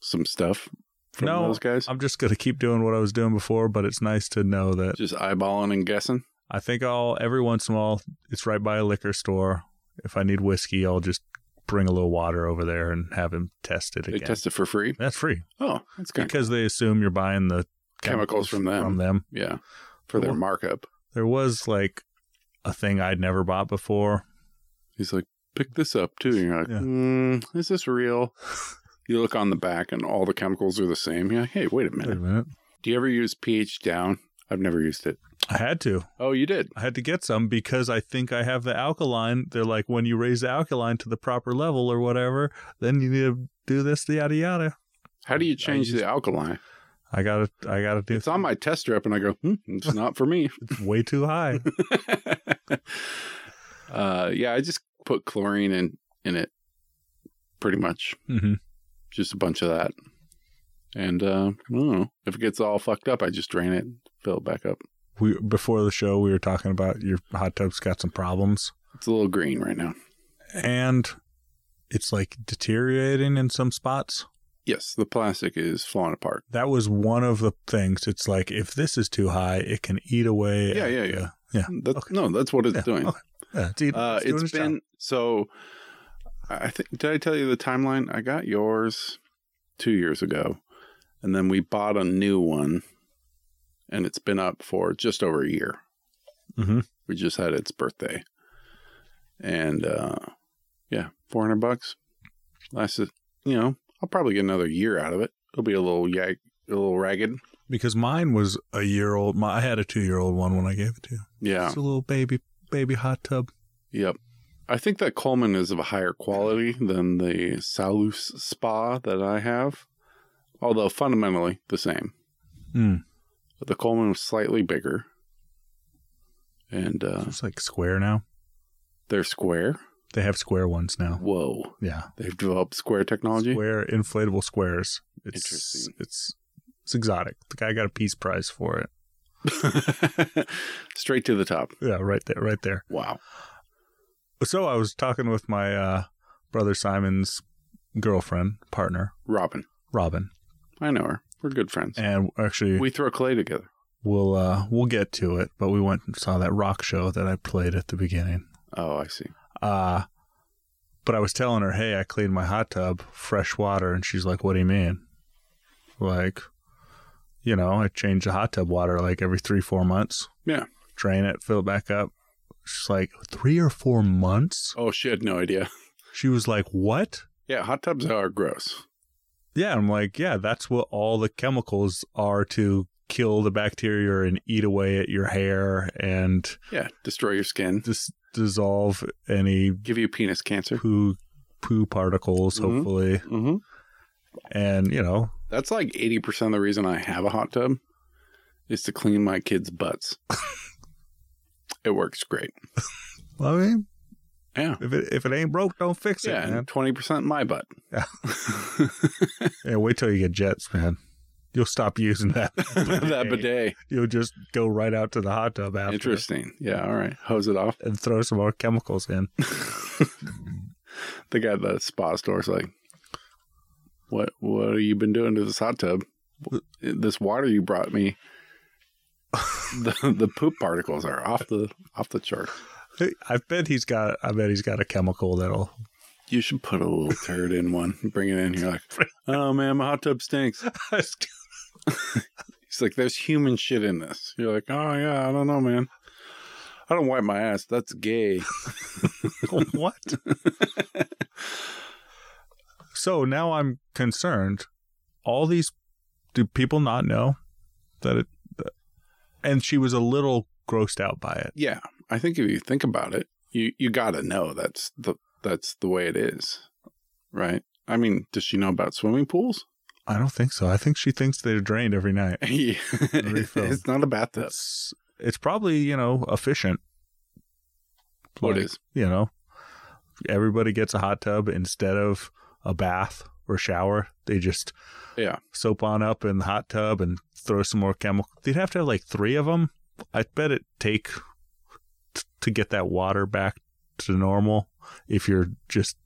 Speaker 1: some stuff from
Speaker 2: No,
Speaker 1: those guys?
Speaker 2: I'm just going to keep doing what I was doing before, but it's nice to know that
Speaker 1: Just eyeballing and guessing.
Speaker 2: I think I'll, every once in a while, it's right by a liquor store. If I need whiskey, I'll just bring a little water over there and have him test it
Speaker 1: They
Speaker 2: again.
Speaker 1: test it for free.
Speaker 2: That's free
Speaker 1: Oh, that's good.
Speaker 2: because they assume you're buying the
Speaker 1: Chemicals from them.
Speaker 2: From them.
Speaker 1: yeah, for their
Speaker 2: Cool.
Speaker 1: markup.
Speaker 2: There was like a thing I'd never bought before.
Speaker 1: He's like, pick this up too. And you're like,
Speaker 2: Yeah.
Speaker 1: mm, is this real? you look on the back, and all the chemicals are the same. You're like, hey, wait a
Speaker 2: Wait a
Speaker 1: minute.
Speaker 2: minute.
Speaker 1: Do you ever use pH down? I've never used it.
Speaker 2: I had to.
Speaker 1: Oh, you did.
Speaker 2: I had to get some because I think I have the alkaline. They're like, when you raise the alkaline to the proper level or whatever, then you need to do this, yada yada.
Speaker 1: How do you
Speaker 2: I
Speaker 1: change
Speaker 2: used-
Speaker 1: the alkaline?
Speaker 2: I gotta, I gotta do.
Speaker 1: It's on my test strip, and I go, hmm, it's not for me.
Speaker 2: way too high.
Speaker 1: uh, yeah, I just put chlorine in in it, pretty much,
Speaker 2: hmm
Speaker 1: just a bunch of that. And uh, I don't know. if it gets all fucked up, I just drain it, fill it back up.
Speaker 2: We before the show we were talking about your hot tub's got some problems
Speaker 1: It's a little green right now.
Speaker 2: and it's like deteriorating in some spots.
Speaker 1: Yes, the plastic is falling apart.
Speaker 2: That was one of the things. It's like if this is too high, it can eat away.
Speaker 1: Yeah,
Speaker 2: at
Speaker 1: yeah,
Speaker 2: the-
Speaker 1: That's, No, that's what it's
Speaker 2: Oh, yeah,
Speaker 1: doing.
Speaker 2: okay. Yeah, it's, eat,
Speaker 1: Uh,
Speaker 2: doing
Speaker 1: it's
Speaker 2: job.
Speaker 1: been so. I think did I tell you the timeline? I got yours two years ago, and then we bought a new one, and it's been up for just over a year.
Speaker 2: Mhm.
Speaker 1: We just had its birthday, and uh, yeah, four hundred bucks. Lasted, you know, I'll probably get another year out of it. It'll be a little yag, a little ragged.
Speaker 2: because mine was a year old. My, I had a two year old one when I gave it to you.
Speaker 1: Yeah,
Speaker 2: It's a little baby baby hot tub.
Speaker 1: Yep. I think that Coleman is of a higher quality than the Salus spa that I have, although fundamentally the same.
Speaker 2: Mm.
Speaker 1: But the Coleman was slightly bigger, and uh,
Speaker 2: It's like square now.
Speaker 1: they're square.
Speaker 2: They have square ones now.
Speaker 1: Whoa,
Speaker 2: Yeah.
Speaker 1: they've developed square technology.
Speaker 2: Square inflatable squares. It's,
Speaker 1: Interesting.
Speaker 2: It's it's exotic. The guy got a peace prize for it.
Speaker 1: Straight to the top.
Speaker 2: Yeah, right there, right there.
Speaker 1: Wow.
Speaker 2: So I was talking with my uh, brother Simon's girlfriend partner
Speaker 1: Robin,
Speaker 2: Robin,
Speaker 1: I know her. We're good friends.
Speaker 2: and actually we-
Speaker 1: we throw clay together.
Speaker 2: will uh, we'll get to it. But we went and saw that rock show that I played at the beginning.
Speaker 1: Oh, I see.
Speaker 2: Uh, But I was telling her, hey, I cleaned my hot tub, fresh water. And she's like, what do you mean? Like, you know, I change the hot tub water like every three, four months.
Speaker 1: Yeah.
Speaker 2: Drain it, fill it back up. She's like, three or four months?
Speaker 1: Oh, she had no idea.
Speaker 2: She was like, what?
Speaker 1: Yeah, hot tubs are gross.
Speaker 2: Yeah. I'm like, yeah, that's what all the chemicals are to kill the bacteria and eat away at your hair and
Speaker 1: Yeah, destroy your skin,
Speaker 2: dis- dissolve any
Speaker 1: give you penis cancer.
Speaker 2: poo poo particles,
Speaker 1: Mhm.
Speaker 2: hopefully.
Speaker 1: Mm-hmm.
Speaker 2: And you know,
Speaker 1: That's like 80% of the reason I have a hot tub is to clean my kids' butts. it works great.
Speaker 2: I mean,
Speaker 1: Yeah.
Speaker 2: if it if it ain't broke, don't fix it,
Speaker 1: Yeah,
Speaker 2: man.
Speaker 1: and 20% my butt.
Speaker 2: Yeah. Yeah, wait till you get jets, man. You'll stop using that.
Speaker 1: that bidet.
Speaker 2: You'll just go right out to the hot tub after
Speaker 1: Interesting. Yeah, all right. Hose it off.
Speaker 2: and throw some more chemicals in.
Speaker 1: the guy at the spa store is like, "What? What have you been doing to this hot tub? This water you brought me, the the poop particles are off the off the chart.
Speaker 2: I bet he's got. I bet he's got a chemical that'll.
Speaker 1: You should put a little turd in one, and bring it in. You're like, oh man, my hot tub stinks. He's like, there's human shit in this. You're like, oh yeah, I don't know, man. I don't wipe my ass. That's gay.
Speaker 2: what? so now I'm concerned. All these do people not know that it? that- and she was a little grossed out by it.
Speaker 1: Yeah, I think if you think about it, you you gotta know that's the that's the way it is, right? I mean, does she know about swimming pools?
Speaker 2: I don't think so. I think she thinks they're drained every night.
Speaker 1: Yeah.
Speaker 2: Refill.
Speaker 1: it's not a bathtub.
Speaker 2: It's it's probably you know efficient.
Speaker 1: What
Speaker 2: Like,
Speaker 1: is?
Speaker 2: you know, everybody gets a hot tub instead of a bath or shower. They just
Speaker 1: Yeah.
Speaker 2: soap on up in the hot tub and throw some more chemical. They'd have to have like three of them. I bet it take t- to get that water back to normal if you're just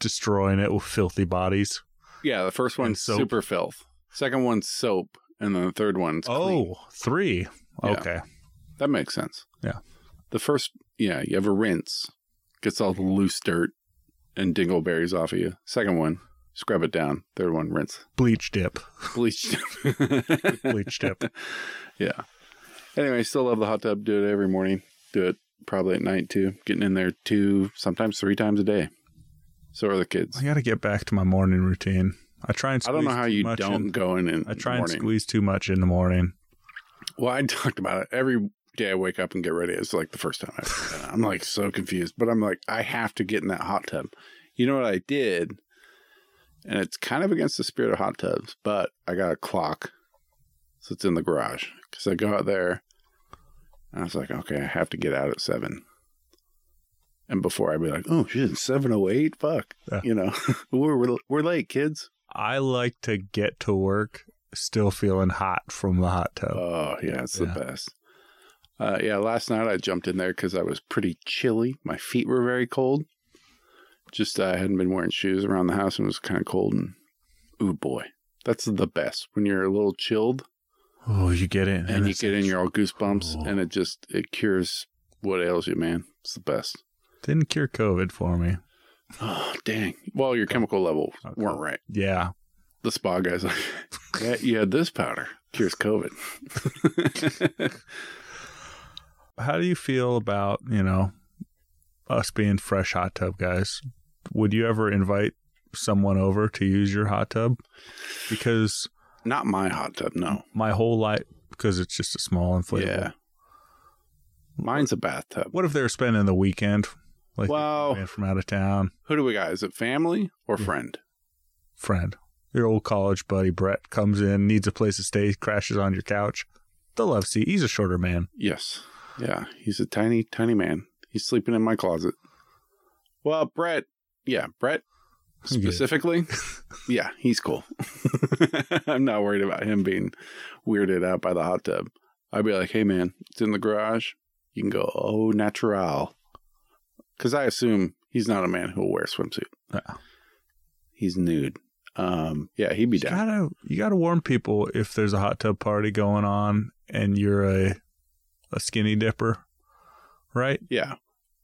Speaker 2: destroying it with filthy bodies.
Speaker 1: Yeah, the first one's
Speaker 2: soap.
Speaker 1: super filth. Second one's soap, and then the third one's clean.
Speaker 2: Oh, three.
Speaker 1: Yeah.
Speaker 2: Okay.
Speaker 1: that makes sense.
Speaker 2: Yeah.
Speaker 1: the first, yeah, you have a rinse, gets all the loose dirt and dingleberries off of you. Second one, scrub it down. Third one, rinse,
Speaker 2: Bleach dip.
Speaker 1: bleach.
Speaker 2: Bleach dip.
Speaker 1: Yeah. Anyway, still love the hot tub. Do it every morning. Do it probably at night too. Getting in there two, sometimes three times a day. So are the kids.
Speaker 2: I got to get back to my morning routine. I try and
Speaker 1: I
Speaker 2: squeeze
Speaker 1: don't know how
Speaker 2: too
Speaker 1: you
Speaker 2: much
Speaker 1: don't
Speaker 2: in-
Speaker 1: go in in
Speaker 2: I
Speaker 1: the
Speaker 2: try and
Speaker 1: morning.
Speaker 2: squeeze too much in the morning.
Speaker 1: Well, I talked about it every day. I wake up and get ready. It's like the first time I've ever done it. I'm like so confused, but I'm like I have to get in that hot tub. You know what I did? And it's kind of against the spirit of hot tubs, but I got a clock, so it's in the garage because I go out there, and I was like, okay, I have to get out at seven. And before I'd be like, oh shit, seven oh eight, fuck,
Speaker 2: Yeah.
Speaker 1: you know, we're, we're we're late, kids.
Speaker 2: I like to get to work still feeling hot from the hot tub.
Speaker 1: Oh yeah, it's
Speaker 2: Yeah.
Speaker 1: the best. Uh, yeah, last night I jumped in there because I was pretty chilly. My feet were very cold. Just uh, I hadn't been wearing shoes around the house and it was kind of cold. And ooh boy, that's the best when you're a little chilled
Speaker 2: Oh, you get in,
Speaker 1: and, you
Speaker 2: it's-
Speaker 1: get in your all goosebumps
Speaker 2: Ooh.
Speaker 1: and it just it cures what ails you, man. It's the best.
Speaker 2: didn't cure COVID for me.
Speaker 1: Oh dang! Well, your chemical level
Speaker 2: Okay.
Speaker 1: weren't right.
Speaker 2: Yeah,
Speaker 1: The spa guy's like, yeah, you had this powder cures COVID.
Speaker 2: how do you feel about you know us being fresh hot tub guys? Would you ever invite someone over to use your hot tub? Because
Speaker 1: Not my hot tub, no.
Speaker 2: my whole life, because it's just a small inflatable.
Speaker 1: Yeah. Mine's a bathtub.
Speaker 2: What if they're spending the weekend? Like
Speaker 1: Wow.
Speaker 2: man from out of town,
Speaker 1: Who do we got? Is it family or
Speaker 2: Yeah.
Speaker 1: friend?
Speaker 2: friend, your old college buddy Brett comes in, needs a place to stay, crashes on your couch. They'll love see. He's a shorter man.
Speaker 1: Yes. Yeah. He's a tiny, tiny man. He's sleeping in my closet. Well, Brett. Yeah, Brett
Speaker 2: Okay.
Speaker 1: specifically. yeah, he's cool. I'm not worried about him being weirded out by the hot tub. I'd be like, hey, man, it's in the garage. You can go, oh, natural. Because I assume he's not a man who'll wear a swimsuit.
Speaker 2: Uh-uh.
Speaker 1: He's nude. Um, yeah, he'd be
Speaker 2: You
Speaker 1: down.
Speaker 2: gotta you gotta warn people if there's a hot tub party going on and you're a a skinny dipper, right?
Speaker 1: Yeah.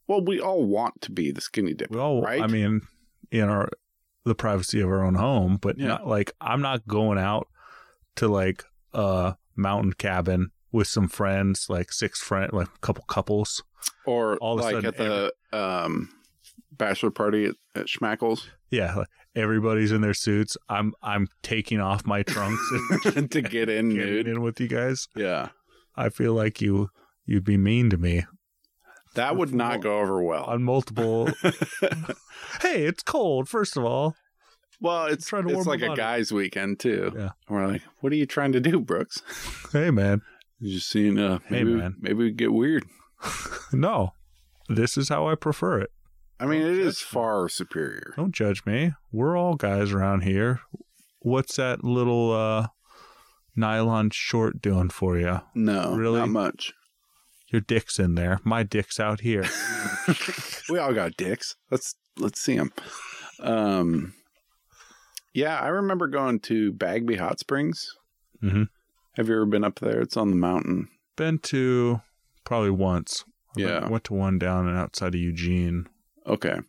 Speaker 1: Well, we all want to be the skinny dip.
Speaker 2: We all,
Speaker 1: Right?
Speaker 2: I mean, in our the privacy of our own home, but
Speaker 1: Yeah.
Speaker 2: not like I'm not going out to like a mountain cabin with some friends, like six friend, like a couple couples.
Speaker 1: Or
Speaker 2: All of a
Speaker 1: like
Speaker 2: sudden,
Speaker 1: at the um, bachelor party at, at Schmackles
Speaker 2: Yeah, like everybody's in their suits. I'm I'm taking off my trunks and
Speaker 1: to get in
Speaker 2: getting
Speaker 1: nude.
Speaker 2: in with you guys.
Speaker 1: Yeah.
Speaker 2: I feel like you you'd be mean to me
Speaker 1: That would not go over well.
Speaker 2: on multiple. hey, it's cold. First of all,
Speaker 1: Well, it's
Speaker 2: trying to warm
Speaker 1: it's like
Speaker 2: my
Speaker 1: a
Speaker 2: body.
Speaker 1: guy's weekend too.
Speaker 2: Yeah.
Speaker 1: And we're like, what are you trying to do, Brooks?
Speaker 2: hey man,
Speaker 1: You just seen uh
Speaker 2: Hey,
Speaker 1: maybe,
Speaker 2: man.
Speaker 1: maybe we get weird.
Speaker 2: no, this is how I prefer it.
Speaker 1: I mean,
Speaker 2: Don't
Speaker 1: it is
Speaker 2: judge me.
Speaker 1: far superior.
Speaker 2: Don't judge me. We're all guys around here. What's that little uh, nylon short doing for you?
Speaker 1: No,
Speaker 2: Really?
Speaker 1: not much.
Speaker 2: Your dick's in there. My dick's out here.
Speaker 1: we all got dicks. Let's let's see them. Um, yeah, I remember going to Bagby Hot Springs.
Speaker 2: Mhm.
Speaker 1: Have you ever been up there? It's on the mountain.
Speaker 2: Been to probably once. I
Speaker 1: Yeah.
Speaker 2: Went to one down and outside of Eugene.
Speaker 1: Okay.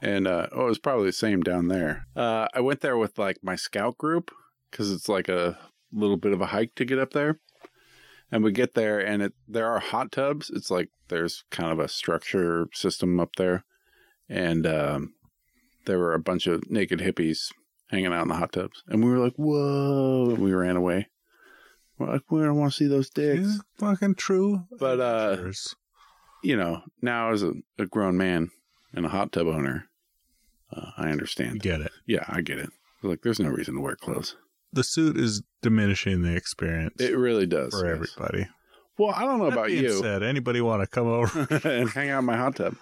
Speaker 1: And uh, oh, it was probably the same down there. Uh, I went there with like my scout group because it's like a little bit of a hike to get up there. And we get there, and it there are hot tubs. It's like there's kind of a structure system up there, and um, there were a bunch of naked hippies hanging out in the hot tubs. And we were like, "Whoa!" And we ran away. We're like, "We don't want to see those dicks."
Speaker 2: Is it fucking true.
Speaker 1: But, uh,
Speaker 2: Adventures.
Speaker 1: you know, now as a, a grown man and a hot tub owner, uh, I
Speaker 2: You
Speaker 1: understand.
Speaker 2: get it.
Speaker 1: Yeah, I get it. Like, there's no reason to wear clothes.
Speaker 2: The suit is diminishing the experience
Speaker 1: It really does.
Speaker 2: for
Speaker 1: yes.
Speaker 2: everybody.
Speaker 1: Well, I don't know
Speaker 2: That
Speaker 1: about
Speaker 2: being
Speaker 1: you
Speaker 2: Said anybody want to come over
Speaker 1: and hang out in my hot tub.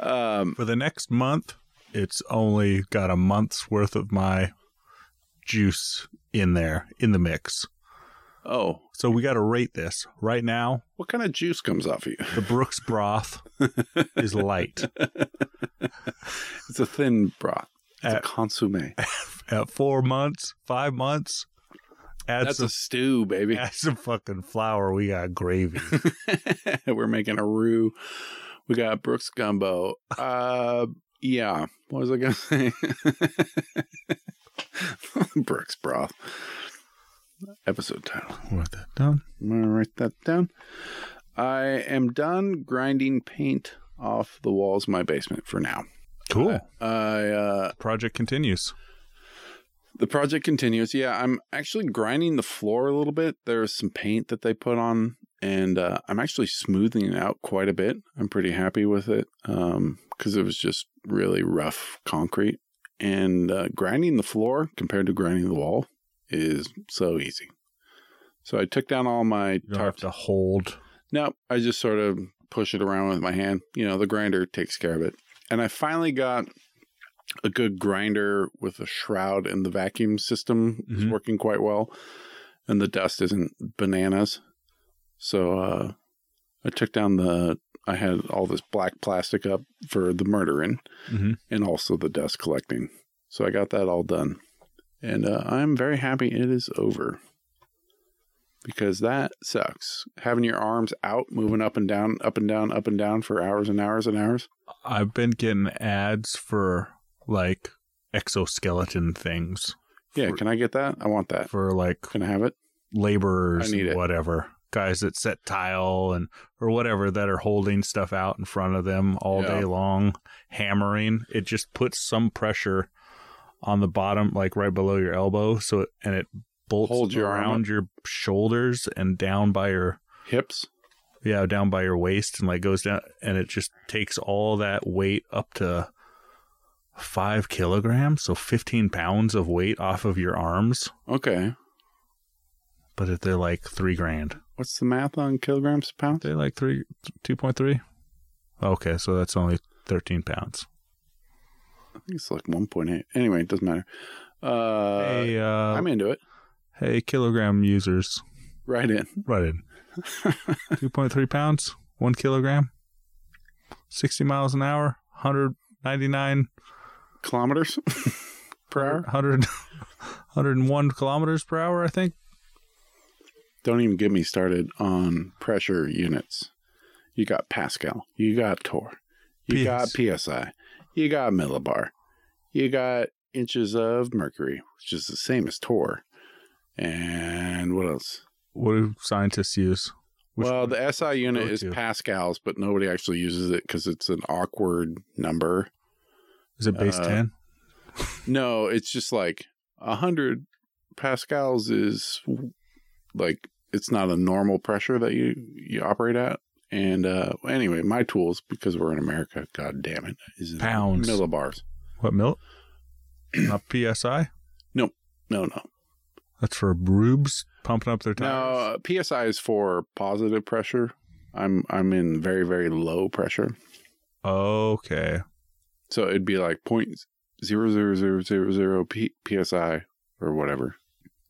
Speaker 1: Um,
Speaker 2: for the next month? It's only got a month's worth of my juice in there in the mix.
Speaker 1: oh,
Speaker 2: So we got to rate this right now.
Speaker 1: what kind of juice comes off of you?
Speaker 2: The Brooks broth is light
Speaker 1: It's a thin broth. It's a
Speaker 2: At-
Speaker 1: consomme.
Speaker 2: at four months, five months. Add
Speaker 1: That's
Speaker 2: some,
Speaker 1: a stew, baby.
Speaker 2: add some fucking flour. We got gravy.
Speaker 1: We're making a roux. We got Brooks gumbo. Uh, yeah. What was I gonna say? Brooks broth. Episode title.
Speaker 2: Worth it done.
Speaker 1: I'm gonna write that down. I am done grinding paint off the walls of my basement for now.
Speaker 2: Cool.
Speaker 1: I uh,
Speaker 2: Project continues.
Speaker 1: the project continues. Yeah, I'm actually grinding the floor a little bit. There's some paint that they put on, and uh, I'm actually smoothing it out quite a bit. I'm pretty happy with it because it was just really rough concrete. And uh, grinding the floor compared to grinding the wall is so easy. So I took down all my
Speaker 2: You don't have
Speaker 1: tarps.
Speaker 2: to hold.
Speaker 1: No, I just sort of push it around with my hand. You know, the grinder takes care of it. And I finally got a good grinder with a shroud and the vacuum system is
Speaker 2: Mhm.
Speaker 1: working quite well. And the dust isn't bananas. So uh I took down the I had all this black plastic up for the murdering
Speaker 2: Mhm.
Speaker 1: and also the dust collecting. So I got that all done. And uh, I'm very happy it is over because that sucks. Having your arms out, moving up and down, up and down, up and down for hours and hours and hours.
Speaker 2: I've been getting ads for like exoskeleton things
Speaker 1: Yeah,
Speaker 2: For-
Speaker 1: can I get that? I want that.
Speaker 2: for like
Speaker 1: Can I have it?
Speaker 2: laborers
Speaker 1: I need
Speaker 2: and
Speaker 1: it.
Speaker 2: whatever guys that set tile and or whatever that are holding stuff out in front of them all
Speaker 1: Yeah.
Speaker 2: day long hammering it just puts some pressure on the bottom like right below your elbow so it, and it bolts
Speaker 1: Hold your arm
Speaker 2: around your shoulders and down by your
Speaker 1: Hips?
Speaker 2: yeah down by your waist and like goes down and it just takes all that weight up to five kilograms so 15 pounds of weight off of your arms
Speaker 1: Okay.
Speaker 2: but if they're like three grand
Speaker 1: What's the math on kilograms to pounds?
Speaker 2: They like three, two point three. Okay, so that's only thirteen pounds.
Speaker 1: I think it's like 1.8. Anyway, it doesn't matter. Uh,
Speaker 2: hey, uh,
Speaker 1: I'm into it.
Speaker 2: hey, kilogram users,
Speaker 1: Right in.
Speaker 2: right in. two point three pounds, one kilogram, sixty miles an hour, hundred ninety nine,
Speaker 1: Kilometers per hour?
Speaker 2: hundred, hundred and one kilometers per hour. I think
Speaker 1: Don't even get me started on pressure units. You got Pascal. You got Tor. You
Speaker 2: PS.
Speaker 1: got PSI. You got millibar. You got inches of mercury, which is the same as Tor. And what else?
Speaker 2: What do scientists use? Which
Speaker 1: well, the SI unit is
Speaker 2: go to?
Speaker 1: Pascal's, but nobody actually uses it because it's an awkward number.
Speaker 2: Is it base
Speaker 1: uh,
Speaker 2: 10?
Speaker 1: No, it's just like a hundred Pascal's is like it's not a normal pressure that you you operate at. And uh anyway, my tools because we're in America, god damn it, is in
Speaker 2: Pounds.
Speaker 1: millibars.
Speaker 2: What, mil? Not PSI?
Speaker 1: No, no,
Speaker 2: That's for rubes pumping up their tires.
Speaker 1: no. uh, PSI is for positive pressure. I'm I'm in very very low pressure,
Speaker 2: Okay.
Speaker 1: so it'd be like point zero zero zero zero zero p- psi or whatever.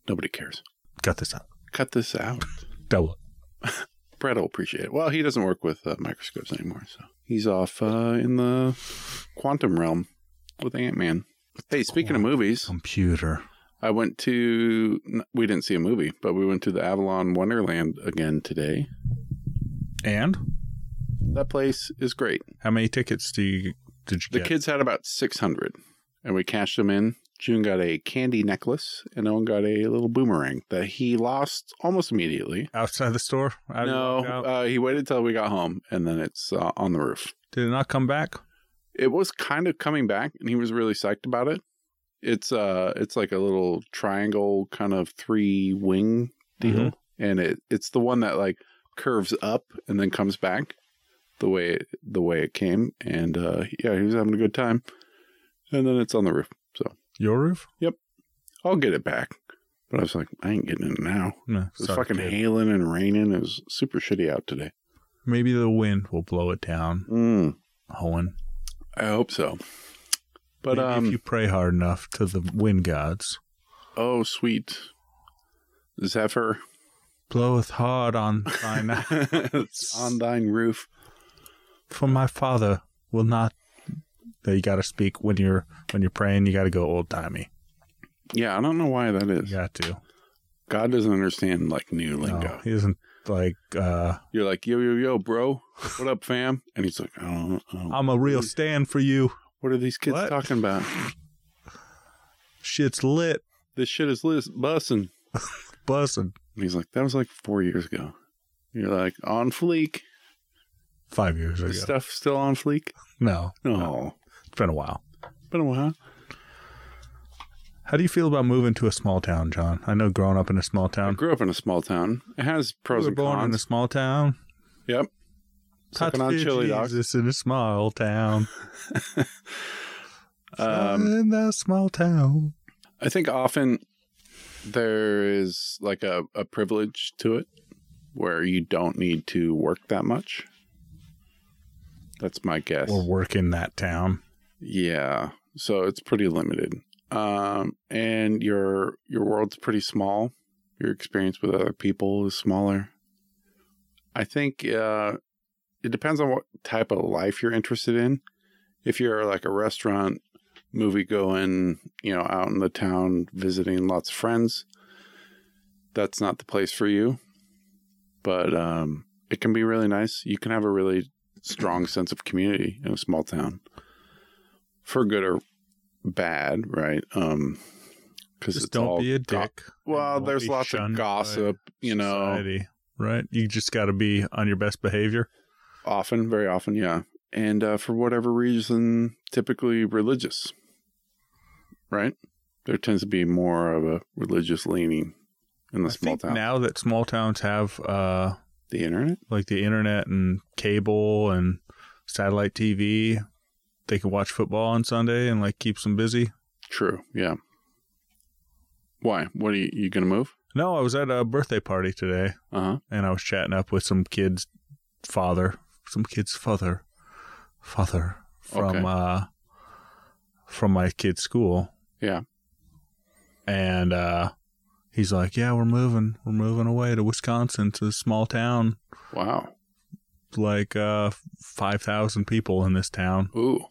Speaker 1: Nobody cares.
Speaker 2: Got this out.
Speaker 1: Cut this out.
Speaker 2: Double it.
Speaker 1: Brett will appreciate it. Well, he doesn't work with uh, microscopes anymore, so he's off uh, in the quantum realm with Ant Man. Hey, speaking of movies,
Speaker 2: Computer.
Speaker 1: I went to n- we didn't see a movie, but we went to the Avalon Wonderland again today.
Speaker 2: And
Speaker 1: That place is great.
Speaker 2: how many tickets do you, did you
Speaker 1: The
Speaker 2: get?
Speaker 1: kids had about six hundred, and we cashed them in. June got a candy necklace, and Owen got a little boomerang that he lost almost immediately.
Speaker 2: Outside the store? I
Speaker 1: no,
Speaker 2: walked out.
Speaker 1: uh, he waited till we got home, and then it's uh, on the roof.
Speaker 2: Did it not come back?
Speaker 1: it was kind of coming back and he was really psyched about it it's uh it's like a little triangle kind of three wing deal
Speaker 2: Mhm.
Speaker 1: and it it's the one that like curves up and then comes back the way it, the way it came and uh yeah he was having a good time and then it's on the roof
Speaker 2: Your roof?
Speaker 1: i'll get it back but i was like i ain't getting it now
Speaker 2: No.
Speaker 1: it was
Speaker 2: sorry,
Speaker 1: fucking
Speaker 2: kid.
Speaker 1: hailing and raining it was super shitty out today
Speaker 2: Maybe the wind will blow it down,
Speaker 1: mm,
Speaker 2: Owen.
Speaker 1: i hope so but
Speaker 2: But
Speaker 1: um
Speaker 2: if you pray hard enough to the wind gods,
Speaker 1: oh sweet zephyr
Speaker 2: bloweth hard on thine
Speaker 1: on thine roof.
Speaker 2: for my father will not. That you got to speak when you're when you're praying. You got to go old timey.
Speaker 1: Yeah, I don't know why that is.
Speaker 2: You got to.
Speaker 1: God doesn't understand like new
Speaker 2: No,
Speaker 1: lingo.
Speaker 2: he isn't like uh,
Speaker 1: You're like, yo, yo, yo, bro, what up, fam? And he's like, I don't, I don't-
Speaker 2: I'm a real stand for you.
Speaker 1: What are these kids
Speaker 2: What?
Speaker 1: talking about?
Speaker 2: Shit's lit,
Speaker 1: This shit is lis- bussin'.
Speaker 2: bussin'.
Speaker 1: And he's like, that was like four years ago. You're like, on fleek.
Speaker 2: Five years
Speaker 1: Is
Speaker 2: ago.
Speaker 1: stuff still on fleek?
Speaker 2: No,
Speaker 1: No,
Speaker 2: it's been a while.
Speaker 1: been a while.
Speaker 2: How do you feel about moving to a small town, John? I know growing up in a small
Speaker 1: I
Speaker 2: town.
Speaker 1: grew up in a small town. It has
Speaker 2: You
Speaker 1: pros
Speaker 2: were
Speaker 1: and
Speaker 2: born in a
Speaker 1: cons.
Speaker 2: small town.
Speaker 1: Yep. Sucking on chili
Speaker 2: Jesus
Speaker 1: dogs.
Speaker 2: in a small town.
Speaker 1: Um,
Speaker 2: in that small town.
Speaker 1: I think often there is like a, a privilege to it where you don't need to work that much. That's my guess.
Speaker 2: Or work in that town.
Speaker 1: yeah. So it's pretty limited. Um, and your your world's pretty small. Your experience with other people is smaller. I think uh, it depends on what type of life you're interested in. If you're like a restaurant, movie going, you know, out in the town visiting lots of friends, that's not the place for you. But um, it can be really nice. You can have a really strong sense of community in a small town, for good or bad, right? Um, because
Speaker 2: Just
Speaker 1: it's
Speaker 2: don't
Speaker 1: all
Speaker 2: be a
Speaker 1: go-
Speaker 2: dick.
Speaker 1: well,
Speaker 2: Don't
Speaker 1: there's
Speaker 2: be
Speaker 1: lots of
Speaker 2: shunned by
Speaker 1: gossip, you know,
Speaker 2: Society, right? You just got to be on your best behavior.
Speaker 1: often, very often, yeah. And uh, for whatever reason, typically religious, right? There tends to be more of a religious leaning in the
Speaker 2: I
Speaker 1: small
Speaker 2: think
Speaker 1: town.
Speaker 2: now that small towns have uh,
Speaker 1: the internet?
Speaker 2: like the internet and cable and satellite TV, they can watch football on Sunday and like keeps them busy.
Speaker 1: True, yeah. Why? What are you, you going to move?
Speaker 2: No, I was at a birthday party today
Speaker 1: Uh huh.
Speaker 2: and I was chatting up with some kid's father, some kid's father, father from
Speaker 1: Okay.
Speaker 2: uh, from my kid's school.
Speaker 1: Yeah.
Speaker 2: and uh, he's like, "Yeah, we're moving, we're moving away to Wisconsin to a small town,
Speaker 1: Wow.
Speaker 2: like uh, five thousand people in this town."
Speaker 1: Ooh,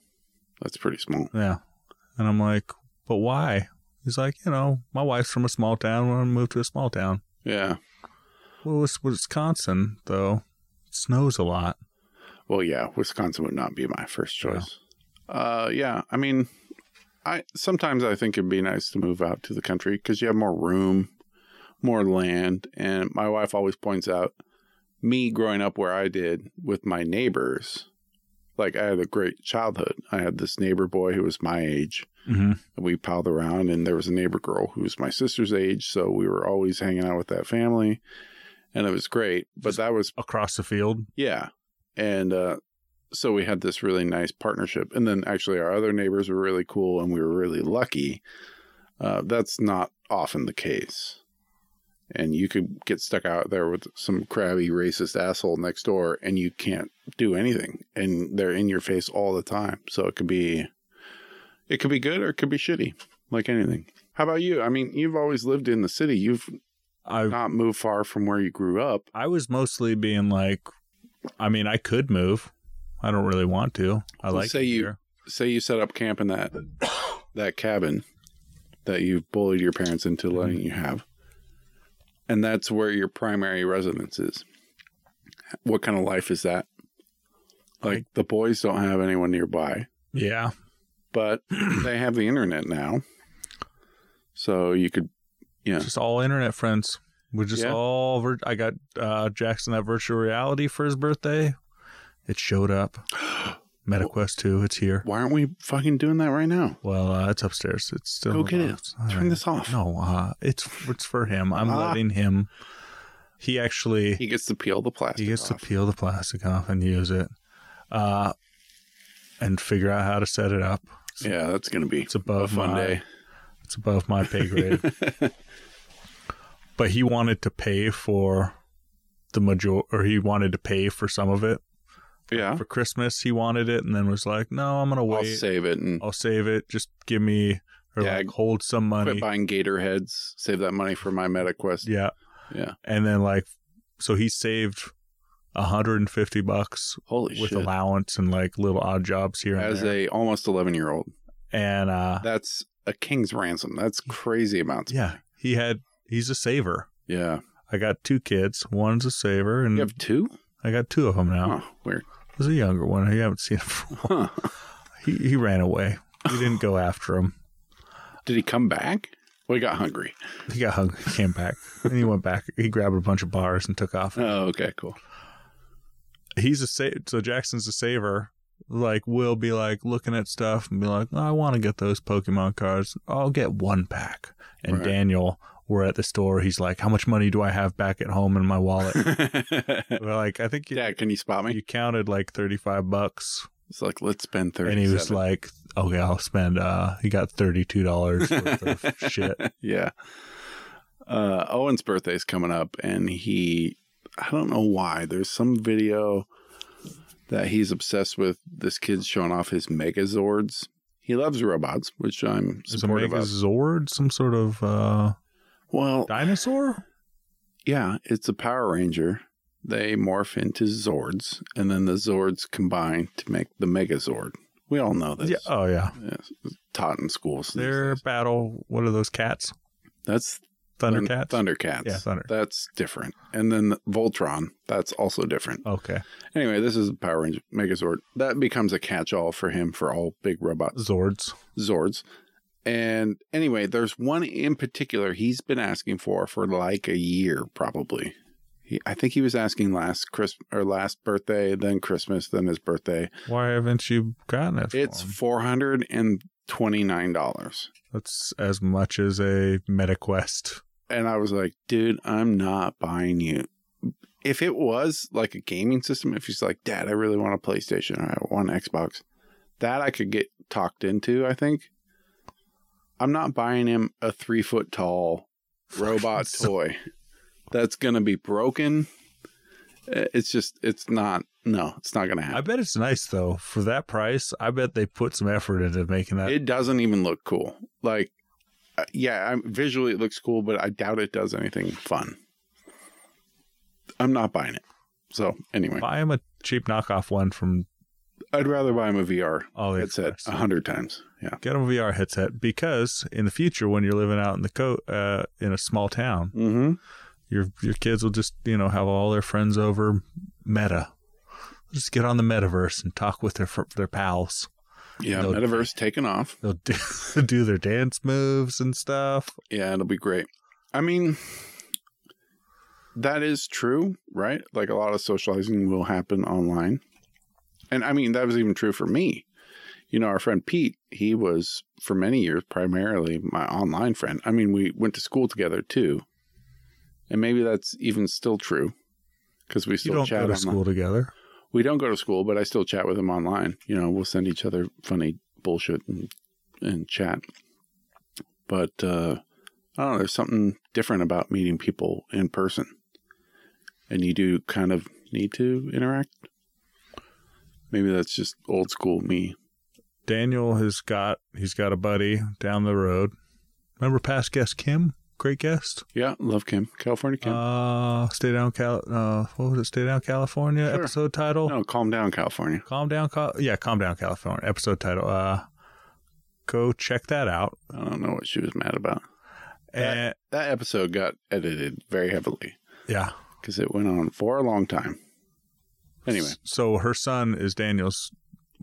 Speaker 1: that's pretty small.
Speaker 2: Yeah, and I'm like, "But why?" He's like, "You know, my wife's from a small town. We're gonna move to a small town."
Speaker 1: Yeah.
Speaker 2: Well, it's Wisconsin, though. It snows a lot.
Speaker 1: Well, yeah, Wisconsin would not be my first choice. Uh, yeah, I mean, I sometimes I think it'd be nice to move out to the country because you have more room, more land, and my wife always points out me growing up where I did with my neighbors. Like I had a great childhood. I had this neighbor boy who was my age,
Speaker 2: Mm-hmm.
Speaker 1: and we piled around and there was a neighbor girl who was my sister's age so we were always hanging out with that family and it was great but that was
Speaker 2: Across the field.
Speaker 1: yeah and uh, so we had this really nice partnership and then actually our other neighbors were really cool and we were really lucky uh, that's not often the case and you could get stuck out there with some crabby racist asshole next door and you can't do anything and they're in your face all the time so it could be it could be good or it could be shitty like anything how about you i mean you've always lived in the city you've
Speaker 2: I
Speaker 1: not moved far from where you grew up
Speaker 2: I was mostly being like, I mean, I could move. I don't really want to. I
Speaker 1: So
Speaker 2: like
Speaker 1: say
Speaker 2: it
Speaker 1: you-
Speaker 2: here.
Speaker 1: say you set up camp in that that cabin that you've bullied your parents into
Speaker 2: Mm-hmm.
Speaker 1: letting you have and that's where your primary residence is what kind of life is that like the boys don't have anyone nearby
Speaker 2: Yeah.
Speaker 1: but they have the internet now so you could Yeah.
Speaker 2: Just all internet friends. We're just
Speaker 1: Yeah.
Speaker 2: all. Vir- I got uh, Jackson that virtual reality for his birthday. It showed up. MetaQuest 2, it's here.
Speaker 1: why aren't we fucking doing that right now
Speaker 2: Well, uh, it's upstairs. It's still.
Speaker 1: Go get it.
Speaker 2: All
Speaker 1: turn
Speaker 2: right.
Speaker 1: this off
Speaker 2: No, uh, it's it's for him. I'm
Speaker 1: Ah.
Speaker 2: letting him. He actually
Speaker 1: he gets to peel the plastic
Speaker 2: he gets
Speaker 1: off.
Speaker 2: to peel the plastic off and use it, uh, and figure out how to set it up.
Speaker 1: yeah that's gonna be
Speaker 2: It's
Speaker 1: a
Speaker 2: above
Speaker 1: fun
Speaker 2: my
Speaker 1: day
Speaker 2: it's above my pay grade. but he wanted to pay for the major, or he wanted to pay for some of it
Speaker 1: yeah
Speaker 2: for Christmas. He wanted it, and then was like, "No, I'm gonna
Speaker 1: i'll
Speaker 2: wait.
Speaker 1: save it and
Speaker 2: I'll save it. Just give me or
Speaker 1: Yeah,
Speaker 2: like hold some money."
Speaker 1: Quit buying gator heads. Save that money for my MetaQuest.
Speaker 2: Yeah,
Speaker 1: Yeah.
Speaker 2: and then like, so he saved. 150 bucks
Speaker 1: Holy
Speaker 2: with
Speaker 1: shit.
Speaker 2: allowance and like little odd jobs here and
Speaker 1: As
Speaker 2: there.
Speaker 1: a almost 11 year old,
Speaker 2: and uh
Speaker 1: that's a king's ransom. That's crazy amounts.
Speaker 2: yeah, he had he's a saver.
Speaker 1: Yeah.
Speaker 2: I got two kids. One's a saver and
Speaker 1: You have two?
Speaker 2: I got two of them now.
Speaker 1: Oh, weird.
Speaker 2: There's a younger one. You haven't seen him. For,
Speaker 1: Huh.
Speaker 2: he he ran away. We didn't go after him.
Speaker 1: Did he come back? Well, he got hungry.
Speaker 2: He got hungry, came back, and he went back. He grabbed a bunch of bars and took off.
Speaker 1: Oh, okay, cool.
Speaker 2: He's a sa- so Jackson's a saver. Like will be like looking at stuff and be like, "Oh, I want to get those Pokemon cards. I'll get one pack. And
Speaker 1: Right.
Speaker 2: Daniel, we're at the store. He's like, How much money do I have back at home in my wallet?
Speaker 1: Dad,
Speaker 2: We're like, I think you,
Speaker 1: can you spot me?
Speaker 2: you counted like thirty five bucks,
Speaker 1: It's like, let's spend 30
Speaker 2: and he was like, "Okay, I'll spend." uh He got thirty two dollars worth of shit.
Speaker 1: yeah. Uh, Owen's birthday's coming up, and he, I don't know why, there's some video that he's obsessed with this kid's showing off his Megazords. He loves robots, which I'm
Speaker 2: Is a
Speaker 1: supportive of.
Speaker 2: Megazord some sort of uh
Speaker 1: Well,
Speaker 2: dinosaur?
Speaker 1: yeah, it's a Power Ranger. They morph into Zords, and then the Zords combine to make the Megazord. We all know this.
Speaker 2: Yeah. Oh yeah.
Speaker 1: Yes, it's taught in schools. these
Speaker 2: Their
Speaker 1: days.
Speaker 2: battle. What are those cats?
Speaker 1: That's Thun-
Speaker 2: Thundercats.
Speaker 1: Thundercats.
Speaker 2: Yeah, Thunder.
Speaker 1: That's different. And then Voltron, that's also different.
Speaker 2: Okay.
Speaker 1: Anyway, this is Power Ranger Megazord. That becomes a catch-all for him for all big robot
Speaker 2: Zords.
Speaker 1: Zords. And anyway, there's one in particular he's been asking for for like a year probably. He, I think he was asking last Chris or last birthday, then Christmas, then his birthday.
Speaker 2: Why haven't you gotten it? for
Speaker 1: It's
Speaker 2: him?
Speaker 1: four hundred and twenty-nine dollars.
Speaker 2: that's as much as a MetaQuest.
Speaker 1: and I was like, dude, I'm not buying you. If it was like a gaming system, if he's like, Dad, I really want a PlayStation or I want an Xbox, that I could get talked into, I think. I'm not buying him a three foot tall robot
Speaker 2: So-
Speaker 1: toy that's going to be broken. Uh, It's just, it's not, no, it's not going to
Speaker 2: I
Speaker 1: happen.
Speaker 2: bet it's nice though. For that price, I bet they put some effort into making that.
Speaker 1: It doesn't even look cool. Like, uh, yeah, I'm, visually it looks cool, but I doubt it does anything fun. I'm not buying it. So anyway,
Speaker 2: Buy him a cheap knockoff one from
Speaker 1: I'd rather buy him a VR headset
Speaker 2: AliExpress.
Speaker 1: a hundred times. Yeah.
Speaker 2: Get him a VR headset because in the future, when you're living out in the co- uh, in a small town,
Speaker 1: Mm-hmm.
Speaker 2: your your kids will just you know have all their friends over meta Let's get on the metaverse and talk with their fr- their pals.
Speaker 1: Yeah,
Speaker 2: No.
Speaker 1: metaverse taken off.
Speaker 2: They'll do, do their dance moves and stuff.
Speaker 1: Yeah, it'll be great. I mean, that is true, right? Like a lot of socializing will happen online. And I mean, that was even true for me. You know, our friend Pete, he was for many years primarily my online friend. I mean, we went to school together too. And maybe that's even still true because we
Speaker 2: You
Speaker 1: still
Speaker 2: don't
Speaker 1: chat
Speaker 2: go to
Speaker 1: online.
Speaker 2: school together.
Speaker 1: We don't go to school, but I still chat with him online. You know, we'll send each other funny bullshit and, and chat. But uh, I don't know. There's something different about meeting people in person, and you do kind of need to interact. Maybe that's just old school me.
Speaker 2: Daniel has got he's got a buddy down the road. Remember past guest Kim? Great guest.
Speaker 1: Yeah, love Kim, California Kim.
Speaker 2: Uh, stay down, Cal. Uh, what was it? Stay down, California.
Speaker 1: Sure.
Speaker 2: Episode title.
Speaker 1: no, calm down, California.
Speaker 2: Calm down, Cal- yeah, calm down, California. Episode title. Uh, go check that out.
Speaker 1: I don't know what she was mad about.
Speaker 2: And
Speaker 1: That episode got edited very heavily
Speaker 2: yeah.
Speaker 1: because it went on for a long time. Anyway,
Speaker 2: S- so her son is Daniel's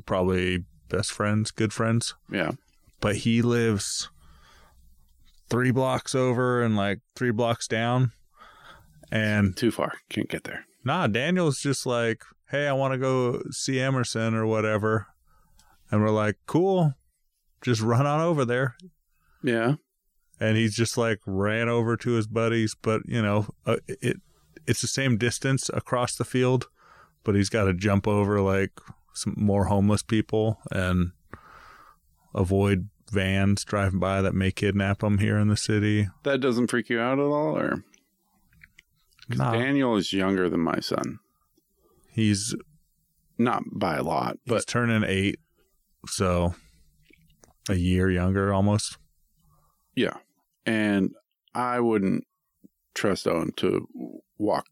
Speaker 2: probably best friends, good friends,
Speaker 1: yeah.
Speaker 2: but he lives three blocks over and like three blocks down. And
Speaker 1: too far. Can't get there.
Speaker 2: nah, Daniel's just like, hey, I want to go see Emerson or whatever. And we're like, cool, just run on over there.
Speaker 1: Yeah.
Speaker 2: and he's just like ran over to his buddies but you know uh, it it's the same distance across the field but he's got to jump over like some more homeless people and avoid vans driving by that may kidnap him here in the city
Speaker 1: That doesn't freak you out at all, or 'cause
Speaker 2: Nah,
Speaker 1: Daniel is younger than my son.
Speaker 2: he's
Speaker 1: Not by a lot,
Speaker 2: he's
Speaker 1: but
Speaker 2: turning 8 so a year younger almost
Speaker 1: yeah. And I wouldn't trust Owen to walk.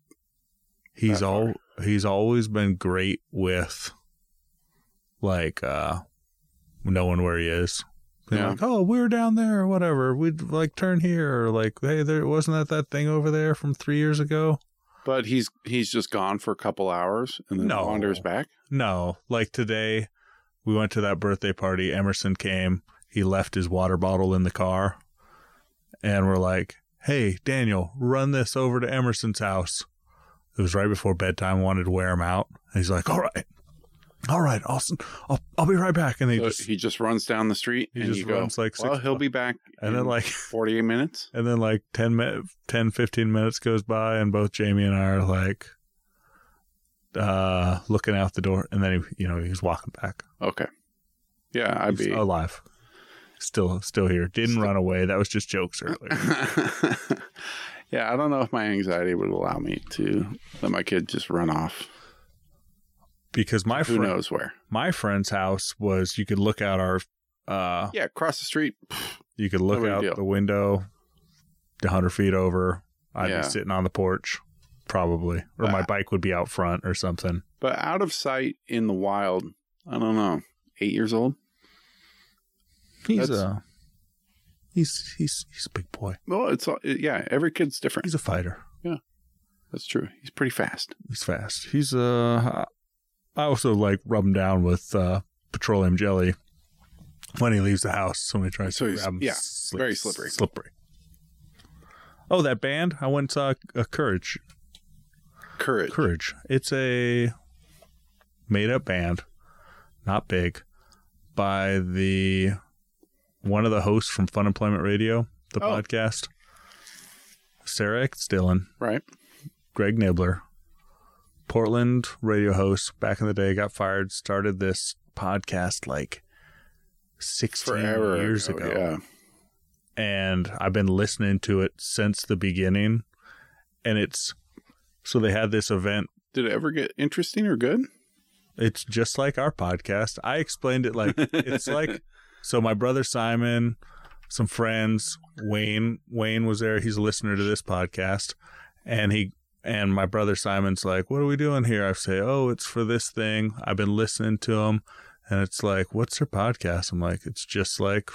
Speaker 2: he's
Speaker 1: That
Speaker 2: all he's always been great with like uh knowing where he is Being
Speaker 1: Yeah.
Speaker 2: like oh we were down there or whatever we'd like turn here or like hey there wasn't that that thing over there from three years ago
Speaker 1: But he's he's just gone for a couple hours and then
Speaker 2: No.
Speaker 1: wanders back.
Speaker 2: no like today we went to that birthday party emerson came he left his water bottle in the car and we're like hey daniel run this over to emerson's house it was right before bedtime wanted to wear him out and he's like all right all right austin i'll, I'll be right back and he
Speaker 1: So
Speaker 2: just
Speaker 1: he just runs down the street
Speaker 2: he
Speaker 1: and
Speaker 2: just
Speaker 1: you go,
Speaker 2: runs like six
Speaker 1: well, he'll be back
Speaker 2: and then
Speaker 1: in
Speaker 2: like
Speaker 1: 48 minutes.
Speaker 2: and then like 10, mi- 10 15 minutes goes by and both jamie and i are like uh looking out the door and then he you know he's walking back
Speaker 1: Okay. Yeah, I'd
Speaker 2: He's
Speaker 1: be.
Speaker 2: alive. Still, still here. Didn't
Speaker 1: Still-
Speaker 2: run away. That was just jokes earlier.
Speaker 1: yeah, I don't know if my anxiety would allow me to let my kid just run off.
Speaker 2: Because my
Speaker 1: Who
Speaker 2: friend,
Speaker 1: knows where?
Speaker 2: my friend's house was you could look out our, uh,
Speaker 1: Yeah, across the street.
Speaker 2: you could look
Speaker 1: No big
Speaker 2: out
Speaker 1: deal.
Speaker 2: the window, a hundred feet over. I'd
Speaker 1: Yeah.
Speaker 2: be sitting on the porch, probably, or my
Speaker 1: Ah.
Speaker 2: bike would be out front or something.
Speaker 1: But out of sight in the wild, I don't know. Eight years old?
Speaker 2: He's
Speaker 1: That's-
Speaker 2: a, he's he's he's a big boy.
Speaker 1: Well, it's all, yeah. Every kid's different.
Speaker 2: He's a fighter.
Speaker 1: That's true. He's pretty fast.
Speaker 2: He's fast. He's uh, I also like rub him down with uh, petroleum jelly when he leaves the house. Somebody tries
Speaker 1: So
Speaker 2: to
Speaker 1: he's-
Speaker 2: grab him.
Speaker 1: yeah,
Speaker 2: Slip-
Speaker 1: very slippery.
Speaker 2: Slippery. Oh, that band! I went and saw a Courage.
Speaker 1: Courage.
Speaker 2: Courage. It's a made-up band, not big, by the one of the hosts from Fun Employment Radio, the
Speaker 1: Oh.
Speaker 2: podcast. Sarah X. Dillon.
Speaker 1: Right.
Speaker 2: Greg Nibbler, Portland radio host back in the day, got fired, started this podcast like 16
Speaker 1: Forever
Speaker 2: years
Speaker 1: ago,
Speaker 2: ago.
Speaker 1: Yeah.
Speaker 2: And I've been listening to it since the beginning. And it's so they had this event.
Speaker 1: Did it ever get interesting or good?
Speaker 2: It's just like our podcast. I explained it like it's like so my brother Simon, some friends, Wayne, Wayne was there. He's a listener to this podcast. And he and my brother Simon's like, "What are we doing here?" I say, "Oh, it's for this thing. I've been listening to him." And it's like, "What's your podcast?" I'm like, "It's just like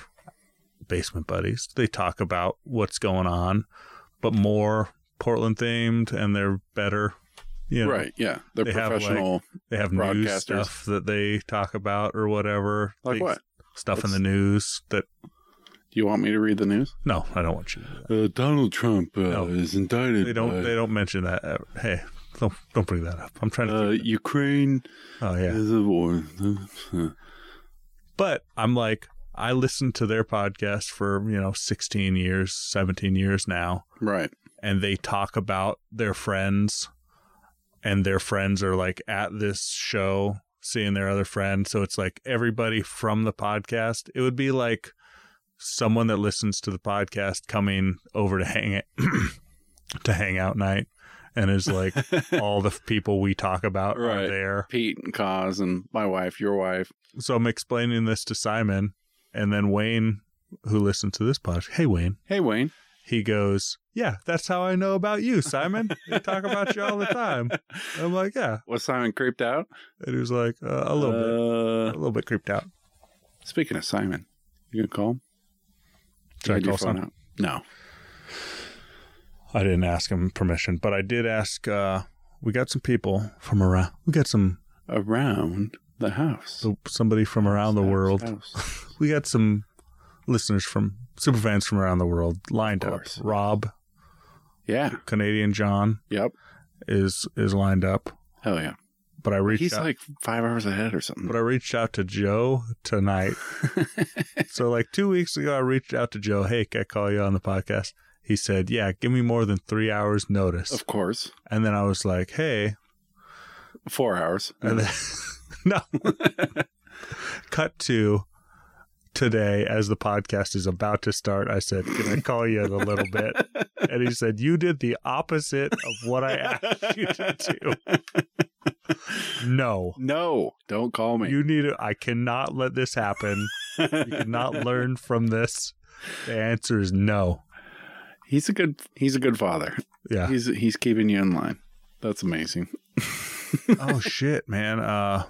Speaker 2: Basement Buddies. They talk about what's going on, but more Portland themed and they're better." You know,
Speaker 1: right. Yeah. They're
Speaker 2: they have, like,
Speaker 1: professional.
Speaker 2: They have news
Speaker 1: Broadcasters.
Speaker 2: stuff that they talk about or whatever.
Speaker 1: Like
Speaker 2: Things-
Speaker 1: what?
Speaker 2: Stuff in
Speaker 1: What's-
Speaker 2: the news that
Speaker 1: Do you want me to read the news?
Speaker 2: no, I don't want you. To do that.
Speaker 1: Uh, Donald Trump uh,
Speaker 2: No.
Speaker 1: is indicted.
Speaker 2: They don't. They don't mention that. ever. Hey, don't don't bring that up. I'm trying
Speaker 1: Uh,
Speaker 2: to. keep-
Speaker 1: Ukraine
Speaker 2: oh yeah.
Speaker 1: is a war.
Speaker 2: But I'm like, I listened to their podcast for you know 16 years, 17 years now,
Speaker 1: right.
Speaker 2: and they talk about their friends and their friends are like at this show seeing their other friend so it's like everybody from the podcast it would be like someone that listens to the podcast coming over to hang it to hang out night and is like all the people we talk about are
Speaker 1: Right.
Speaker 2: there
Speaker 1: Pete and Cause and my wife, your wife.
Speaker 2: so i'm explaining this to simon and then wayne who listened to this podcast hey wayne
Speaker 1: Hey, Wayne.
Speaker 2: he goes yeah that's how i know about you simon they talk about you all the time I'm like, yeah.
Speaker 1: Was Simon creeped out?
Speaker 2: And he was like, uh, a little bit,
Speaker 1: Uh.
Speaker 2: a little bit creeped out.
Speaker 1: Speaking of Simon, you gonna call him?
Speaker 2: Should I
Speaker 1: Had your
Speaker 2: call
Speaker 1: phone
Speaker 2: Simon?
Speaker 1: out? No.
Speaker 2: I didn't ask him permission, but I did ask. Uh, we got some people from around. We got some
Speaker 1: Around the house.
Speaker 2: so- somebody from around the
Speaker 1: House,
Speaker 2: world.
Speaker 1: house.
Speaker 2: We got some listeners from superfans from around the world lined
Speaker 1: Of
Speaker 2: up.
Speaker 1: course.
Speaker 2: Rob,
Speaker 1: Yeah.
Speaker 2: Canadian John
Speaker 1: Yep.
Speaker 2: is is lined up.
Speaker 1: Hell yeah.
Speaker 2: But I reached
Speaker 1: He's
Speaker 2: out.
Speaker 1: like five hours ahead or something.
Speaker 2: but I reached out to Joe tonight. so like two weeks ago, I reached out to Joe. Hey, can I call you on the podcast? He said, "Yeah, give me more than three hours notice."
Speaker 1: Of course.
Speaker 2: And then I was like, hey.
Speaker 1: Four hours.
Speaker 2: And then, no. Cut to today as the podcast is about to start. I said, can I call you in a little bit? And he said, you did the opposite of what I asked you to do. No.
Speaker 1: no, don't call me.
Speaker 2: You need to, I cannot let this happen. You cannot learn from this. The answer is no.
Speaker 1: He's a good he's a good father.
Speaker 2: Yeah.
Speaker 1: He's he's keeping you in line. That's amazing.
Speaker 2: oh shit, man. Uh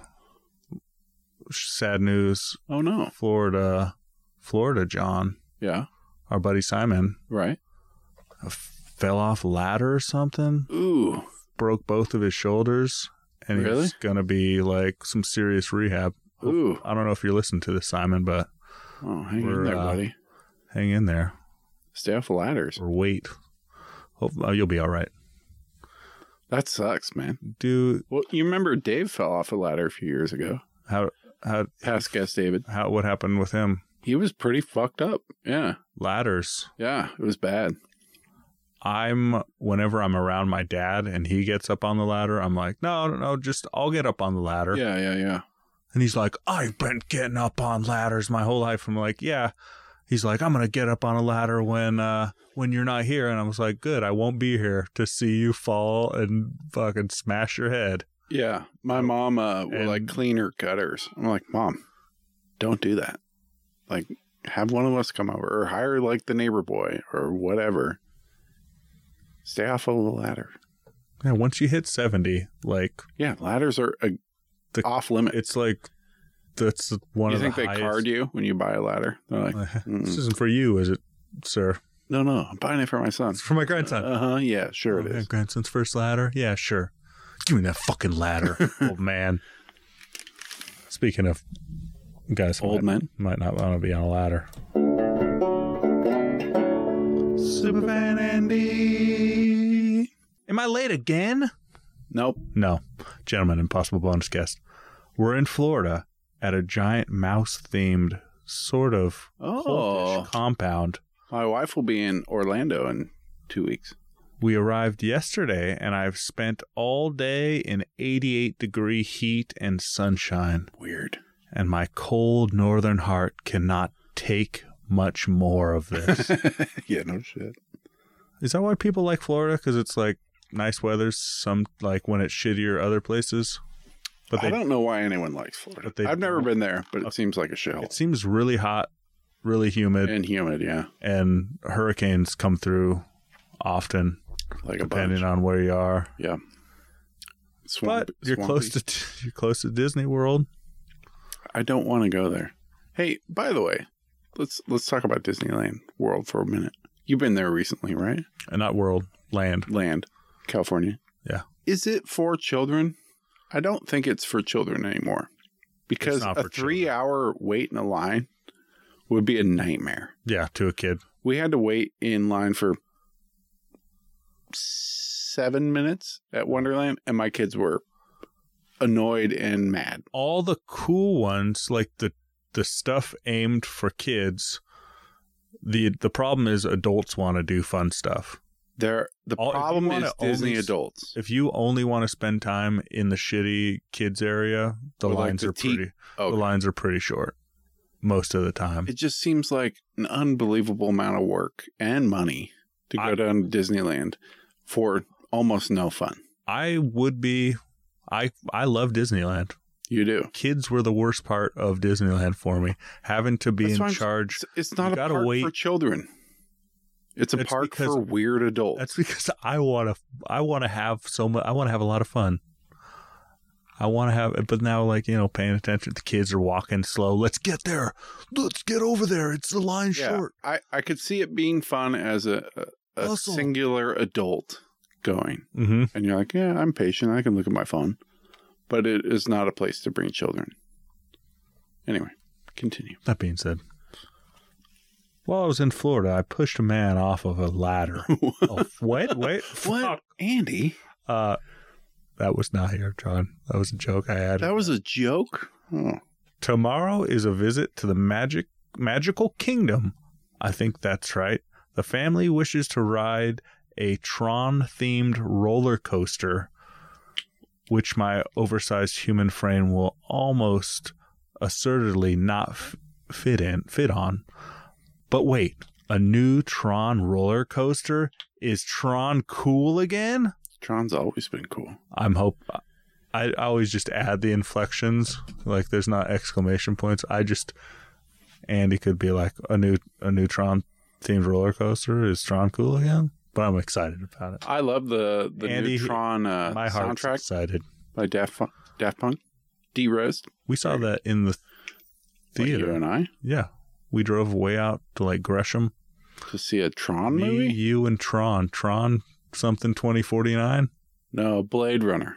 Speaker 2: sad news.
Speaker 1: Oh no.
Speaker 2: Florida, Florida, John,
Speaker 1: Yeah.
Speaker 2: our buddy Simon,
Speaker 1: Right.
Speaker 2: f- fell off a ladder or something,
Speaker 1: Ooh.
Speaker 2: broke both of his shoulders, and
Speaker 1: Really?
Speaker 2: he's gonna be like some serious rehab.
Speaker 1: Ooh.
Speaker 2: I don't know if you're listening to this, Simon, but
Speaker 1: Oh, hang
Speaker 2: We're,
Speaker 1: in there,
Speaker 2: uh,
Speaker 1: buddy.
Speaker 2: hang in there
Speaker 1: Stay off the ladders.
Speaker 2: or wait. Hope oh, you'll be all right.
Speaker 1: That sucks, man.
Speaker 2: Do
Speaker 1: Well, you remember Dave fell off a ladder a few years ago.
Speaker 2: how how
Speaker 1: Past guest David.
Speaker 2: how what happened with him?
Speaker 1: He was pretty fucked up. Yeah.
Speaker 2: Ladders.
Speaker 1: Yeah. It was bad.
Speaker 2: I'm whenever I'm around my dad and he gets up on the ladder, I'm like, no, no, no, just I'll get up on the ladder.
Speaker 1: Yeah, yeah, yeah.
Speaker 2: And he's like, I've been getting up on ladders my whole life. I'm like, yeah. He's like, I'm gonna get up on a ladder when uh when you're not here. And I was like, good, I won't be here to see you fall and fucking smash your head.
Speaker 1: Yeah. My mom uh, will
Speaker 2: And-
Speaker 1: like clean her gutters. I'm like, Mom, don't do that. Like, have one of us come over or hire like the neighbor boy or whatever. Stay off of the ladder.
Speaker 2: Yeah, once you hit seventy, like
Speaker 1: Yeah, ladders are a,
Speaker 2: The-
Speaker 1: off limit.
Speaker 2: it's like that's one
Speaker 1: You
Speaker 2: of
Speaker 1: think
Speaker 2: the
Speaker 1: they Hmm.
Speaker 2: highest.
Speaker 1: card you when you buy a ladder? They're like,
Speaker 2: this isn't for you, is it, sir?
Speaker 1: no, no, I'm buying it for my son.
Speaker 2: It's for my grandson.
Speaker 1: Uh huh. Yeah, sure it
Speaker 2: Oh, yeah,
Speaker 1: is.
Speaker 2: Grandson's first ladder. Yeah, sure. Give me that fucking ladder, old man. Speaking of guys, who
Speaker 1: Old
Speaker 2: might,
Speaker 1: man.
Speaker 2: might not want to be on a ladder. Superfan Andy, am I late again?
Speaker 1: Nope.
Speaker 2: No, gentlemen, impossible bonus guest. We're in Florida at a giant mouse-themed sort of cultish
Speaker 1: Oh,
Speaker 2: compound.
Speaker 1: my wife will be in Orlando in two weeks.
Speaker 2: We arrived yesterday, and I've spent all day in 88 degree heat and sunshine,
Speaker 1: Weird.
Speaker 2: and my cold northern heart cannot take much more of this.
Speaker 1: yeah, no shit.
Speaker 2: Is that why people like Florida? Because it's like nice weather, some like when it's shittier other places. But
Speaker 1: I
Speaker 2: they,
Speaker 1: don't know why anyone likes Florida.
Speaker 2: but they
Speaker 1: I've never
Speaker 2: don't.
Speaker 1: been there, but it seems like a shithole
Speaker 2: it seems really hot, really humid,
Speaker 1: and humid. Yeah,
Speaker 2: and hurricanes come through often,
Speaker 1: like a
Speaker 2: depending
Speaker 1: bunch.
Speaker 2: on where you are.
Speaker 1: Swamp-
Speaker 2: but you're
Speaker 1: swampy.
Speaker 2: close to you're close to Disney World.
Speaker 1: I don't want to go there. Hey, by the way, let's let's talk about Disneyland World for a minute. You've been there recently, right?
Speaker 2: Uh, Not world, land.
Speaker 1: Land, California.
Speaker 2: Yeah.
Speaker 1: Is it for children? I don't think it's for children anymore because
Speaker 2: not
Speaker 1: a
Speaker 2: for
Speaker 1: three
Speaker 2: children.
Speaker 1: hour wait in a line would be a nightmare.
Speaker 2: Yeah, to a kid.
Speaker 1: We had to wait in line for seven minutes at Wonderland, and my kids were annoyed and mad.
Speaker 2: All the cool ones, like the the stuff aimed for kids. The the problem is adults want to do fun stuff.
Speaker 1: They're, the
Speaker 2: All- if you
Speaker 1: problem
Speaker 2: wanna
Speaker 1: is Disney
Speaker 2: only s-
Speaker 1: adults.
Speaker 2: If you only want to spend time in the shitty kids area, the
Speaker 1: Or like
Speaker 2: lines
Speaker 1: the
Speaker 2: are
Speaker 1: tea-
Speaker 2: pretty
Speaker 1: Oh,
Speaker 2: the lines are pretty short most of the time.
Speaker 1: it just seems like an unbelievable amount of work and money to go
Speaker 2: I-
Speaker 1: down to Disneyland for almost no fun.
Speaker 2: I would be I I love Disneyland.
Speaker 1: You do.
Speaker 2: Kids were the worst part of Disneyland for me. Having to be
Speaker 1: That's why
Speaker 2: in
Speaker 1: I'm-
Speaker 2: charge
Speaker 1: It's, it's not
Speaker 2: You
Speaker 1: a
Speaker 2: gotta
Speaker 1: park
Speaker 2: wait.
Speaker 1: for children. It's a
Speaker 2: That's
Speaker 1: park
Speaker 2: because-
Speaker 1: for weird adults.
Speaker 2: That's because I want to. I want to have so much. I want to have a lot of fun. I want to have, but now like you know, paying attention. The kids are walking slow. Let's get there. Let's get over there. It's the line
Speaker 1: yeah,
Speaker 2: short.
Speaker 1: I, I could see it being fun as a, a, a
Speaker 2: Hustle.
Speaker 1: singular adult going.
Speaker 2: Mm-hmm.
Speaker 1: And you're like, yeah, I'm patient. I can look at my phone. But it is not a place to bring children. Anyway, continue.
Speaker 2: That being said, while I was in Florida, I pushed a man off of a ladder. oh, wait, wait,
Speaker 1: What?
Speaker 2: fuck.
Speaker 1: Andy,
Speaker 2: Uh, that was not here, John. That was a joke I had.
Speaker 1: that was a joke? Oh,
Speaker 2: Tomorrow is a visit to the magic magical kingdom. I think that's right. The family wishes to ride a Tron themed roller coaster, which my oversized human frame will almost assertedly not f- fit in fit on. But wait, a new Tron roller coaster is Tron cool again?
Speaker 1: Tron's always been cool.
Speaker 2: I'm hope. I, I always just add the inflections. Like there's not exclamation points. I just Andy could be like a new a new Tron themed roller coaster is Tron cool again. But I'm excited about it.
Speaker 1: I love the the
Speaker 2: Andy,
Speaker 1: new Tron uh,
Speaker 2: My heart's
Speaker 1: soundtrack
Speaker 2: excited.
Speaker 1: by Daft Punk. Daft Punk, D Rose,
Speaker 2: We saw that in the
Speaker 1: you
Speaker 2: theater.
Speaker 1: and I
Speaker 2: Yeah, we drove way out to like Gresham.
Speaker 1: to see a Tron
Speaker 2: Me,
Speaker 1: movie.
Speaker 2: you, and Tron. Tron something twenty forty nine.
Speaker 1: No, Blade Runner.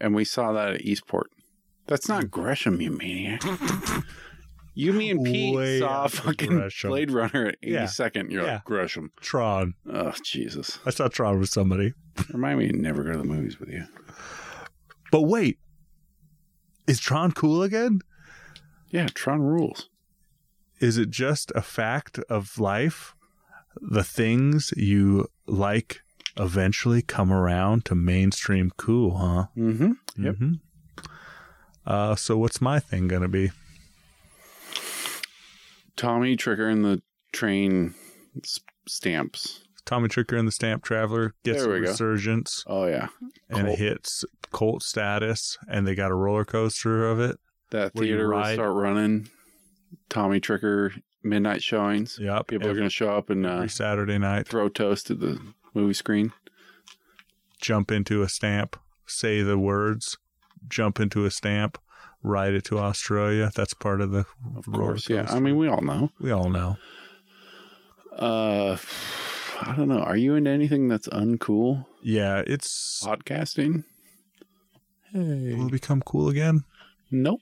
Speaker 1: And we saw that at Eastport. That's not Gresham, you maniac. You, me, and Pete
Speaker 2: Way
Speaker 1: saw
Speaker 2: out of
Speaker 1: fucking
Speaker 2: Gresham.
Speaker 1: Blade Runner at
Speaker 2: Yeah.
Speaker 1: 82nd. You're
Speaker 2: Yeah.
Speaker 1: like, Gresham.
Speaker 2: Tron.
Speaker 1: Oh, Jesus.
Speaker 2: I saw Tron with somebody.
Speaker 1: Remind me to never go to the movies with you.
Speaker 2: But wait, is Tron cool again?
Speaker 1: Yeah, Tron rules.
Speaker 2: is it just a fact of life? The things you like eventually come around to mainstream cool, huh?
Speaker 1: Mm-hmm. Yep.
Speaker 2: hmm Uh, so what's my thing gonna be?
Speaker 1: Tommy Trigger and the train s- stamps.
Speaker 2: Tommy Tricker and the Stamp Traveler gets a
Speaker 1: There we go.
Speaker 2: resurgence
Speaker 1: Oh, yeah.
Speaker 2: and
Speaker 1: Cult.
Speaker 2: hits cult status, and they got a roller coaster of it.
Speaker 1: That
Speaker 2: Where you
Speaker 1: theater will
Speaker 2: ride-
Speaker 1: start running. Tommy Trigger midnight showings.
Speaker 2: Yep,
Speaker 1: People are
Speaker 2: every,
Speaker 1: going to show up and uh,
Speaker 2: every Saturday night,
Speaker 1: throw toast at the movie screen.
Speaker 2: jump into a stamp, say the words, jump into a stamp, ride it to Australia. That's part of the
Speaker 1: Of
Speaker 2: roller
Speaker 1: course, yeah.
Speaker 2: coaster.
Speaker 1: I mean, we all know.
Speaker 2: We all know.
Speaker 1: Uh, I don't know. Are you into anything that's uncool?
Speaker 2: Yeah, it's
Speaker 1: Podcasting?
Speaker 2: will
Speaker 1: Hey,
Speaker 2: it become cool again.
Speaker 1: nope.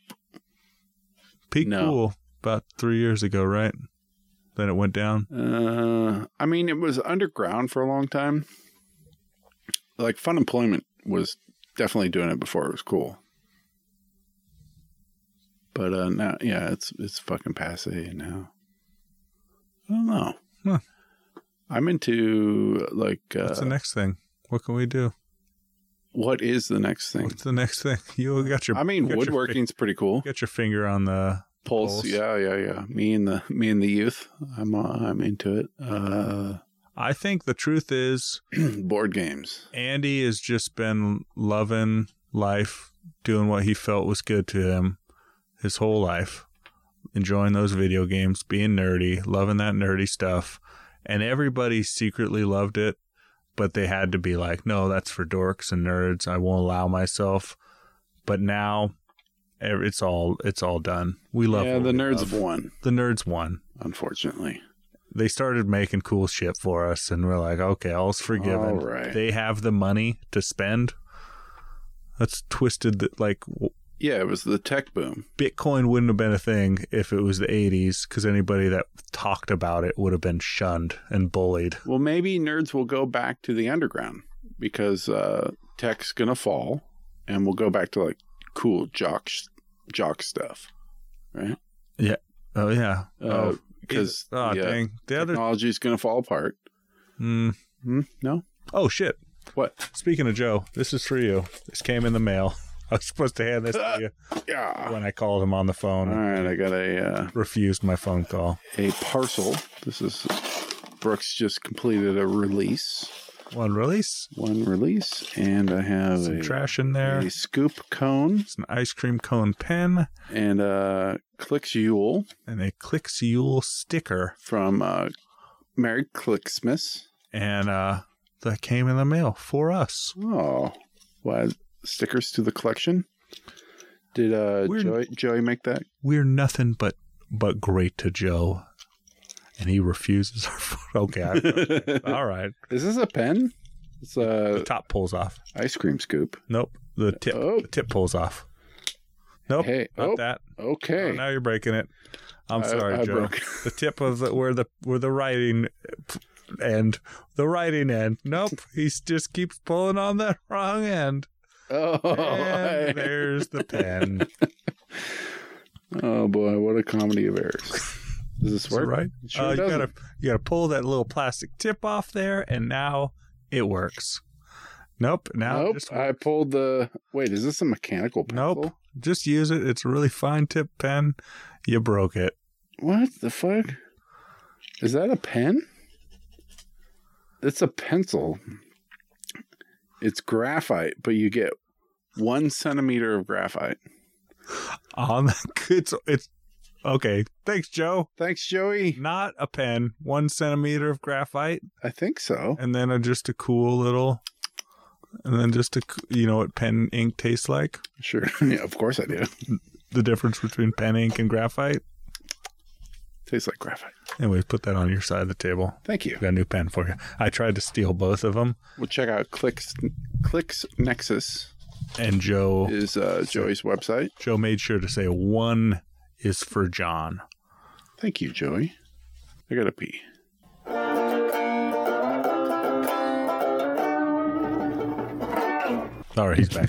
Speaker 2: Peak
Speaker 1: No.
Speaker 2: cool about three years ago, right? Then it went down.
Speaker 1: Uh, I mean, it was underground for a long time. Like Fun Employment was definitely doing it before it was cool. But uh, now, yeah, it's it's fucking passe now. I don't know.
Speaker 2: Huh.
Speaker 1: I'm into like uh,
Speaker 2: What's the next thing? What can we do?
Speaker 1: what is the next thing?
Speaker 2: What's the next thing? You got your
Speaker 1: I mean,
Speaker 2: got your
Speaker 1: woodworking's pretty cool.
Speaker 2: fi- got your finger on the
Speaker 1: Pulse,
Speaker 2: Pulse.
Speaker 1: yeah, yeah, yeah. Me and the me and the youth, I'm uh, I'm into it. Uh,
Speaker 2: I think the truth is
Speaker 1: board games.
Speaker 2: Andy has just been loving life, doing what he felt was good to him his whole life, enjoying those video games, being nerdy, loving that nerdy stuff. And everybody secretly loved it, but they had to be like, no, that's for dorks and nerds. I won't allow myself. But now ev- it's all it's all done. We love
Speaker 1: yeah,
Speaker 2: what
Speaker 1: the
Speaker 2: we
Speaker 1: nerds
Speaker 2: love.
Speaker 1: have won,
Speaker 2: The nerds won.
Speaker 1: unfortunately.
Speaker 2: they started making cool shit for us, and we're like, okay, all's forgiven.
Speaker 1: All right.
Speaker 2: They have the money to spend. That's twisted. That like w-
Speaker 1: Yeah, it was the tech boom.
Speaker 2: Bitcoin wouldn't have been a thing if it was the '80s, because anybody that talked about it would have been shunned and bullied.
Speaker 1: Well, maybe nerds will go back to the underground because uh, tech's gonna fall, and we'll go back to like cool jock sh- jock stuff, right?
Speaker 2: Oh yeah.
Speaker 1: Uh,
Speaker 2: oh,
Speaker 1: because
Speaker 2: oh, dang. The other.
Speaker 1: technology's gonna fall apart.
Speaker 2: Mm.
Speaker 1: Hmm? No,
Speaker 2: Oh shit.
Speaker 1: what?
Speaker 2: Speaking of Joe, this is for you. This came in the mail. I was supposed to hand this to you
Speaker 1: Yeah.
Speaker 2: when I called him on the phone.
Speaker 1: All right, I got a uh,
Speaker 2: refused my phone call.
Speaker 1: a parcel. This is Brooks just completed a release,
Speaker 2: One release,
Speaker 1: one release, and I have
Speaker 2: some
Speaker 1: a,
Speaker 2: trash in
Speaker 1: a
Speaker 2: there.
Speaker 1: scoop cone
Speaker 2: It's an ice cream cone pen
Speaker 1: and a Clicks Yule
Speaker 2: and a Clicks Yule sticker,
Speaker 1: from uh, Merry Clicksmas.
Speaker 2: and uh, that came in the mail for us.
Speaker 1: Oh, wow! Stickers to the collection. Did uh,
Speaker 2: We're-
Speaker 1: Joey, Joey make that?
Speaker 2: We're nothing but but great to Joe, and he refuses our phone. Okay, I, all right.
Speaker 1: Is this a pen? It's
Speaker 2: The
Speaker 1: a
Speaker 2: top pulls off.
Speaker 1: ice cream scoop.
Speaker 2: Nope. The tip.
Speaker 1: Oh.
Speaker 2: The tip pulls off. Nope.
Speaker 1: Hey,
Speaker 2: Not
Speaker 1: oh,
Speaker 2: that.
Speaker 1: okay.
Speaker 2: Oh, now you're breaking it. I'm
Speaker 1: I-
Speaker 2: sorry,
Speaker 1: I
Speaker 2: Joe.
Speaker 1: broke.
Speaker 2: The tip of the, where the where the writing end, the writing end. Nope, he just keeps pulling on that wrong end.
Speaker 1: Oh, I-
Speaker 2: and there's the pen.
Speaker 1: oh boy! What a comedy of errors. Does this
Speaker 2: Is it
Speaker 1: work?
Speaker 2: right?
Speaker 1: It sure
Speaker 2: Uh, you
Speaker 1: doesn't.
Speaker 2: gotta you gotta pull that little plastic tip off there, and now it works. Nope. Now
Speaker 1: nope. Uh,
Speaker 2: just
Speaker 1: I pulled the. Wait, is this a mechanical pencil?
Speaker 2: nope. Just use it. It's a really fine tip pen. You broke it.
Speaker 1: What the fuck? Is that a pen? It's a pencil. It's graphite, but you get one centimeter of graphite.
Speaker 2: On the it's it's okay. Thanks, Joe.
Speaker 1: Thanks, Joey.
Speaker 2: Not a pen. One centimeter of graphite.
Speaker 1: I think so.
Speaker 2: and then a, just a cool little, and then just a c- you know what pen ink tastes like.
Speaker 1: Sure. yeah, of course I do.
Speaker 2: The difference between pen ink and graphite.
Speaker 1: Tastes like graphite.
Speaker 2: Anyways, put that on your side of the table.
Speaker 1: Thank you.
Speaker 2: I got a new pen for you. I tried to steal both of them,
Speaker 1: We'll check out Clicks Clicks Nexus
Speaker 2: and Joe
Speaker 1: is uh, Joey's website.
Speaker 2: Joe made sure to say one is for John.
Speaker 1: Thank you, Joey. I gotta pee.
Speaker 2: All right, he's back.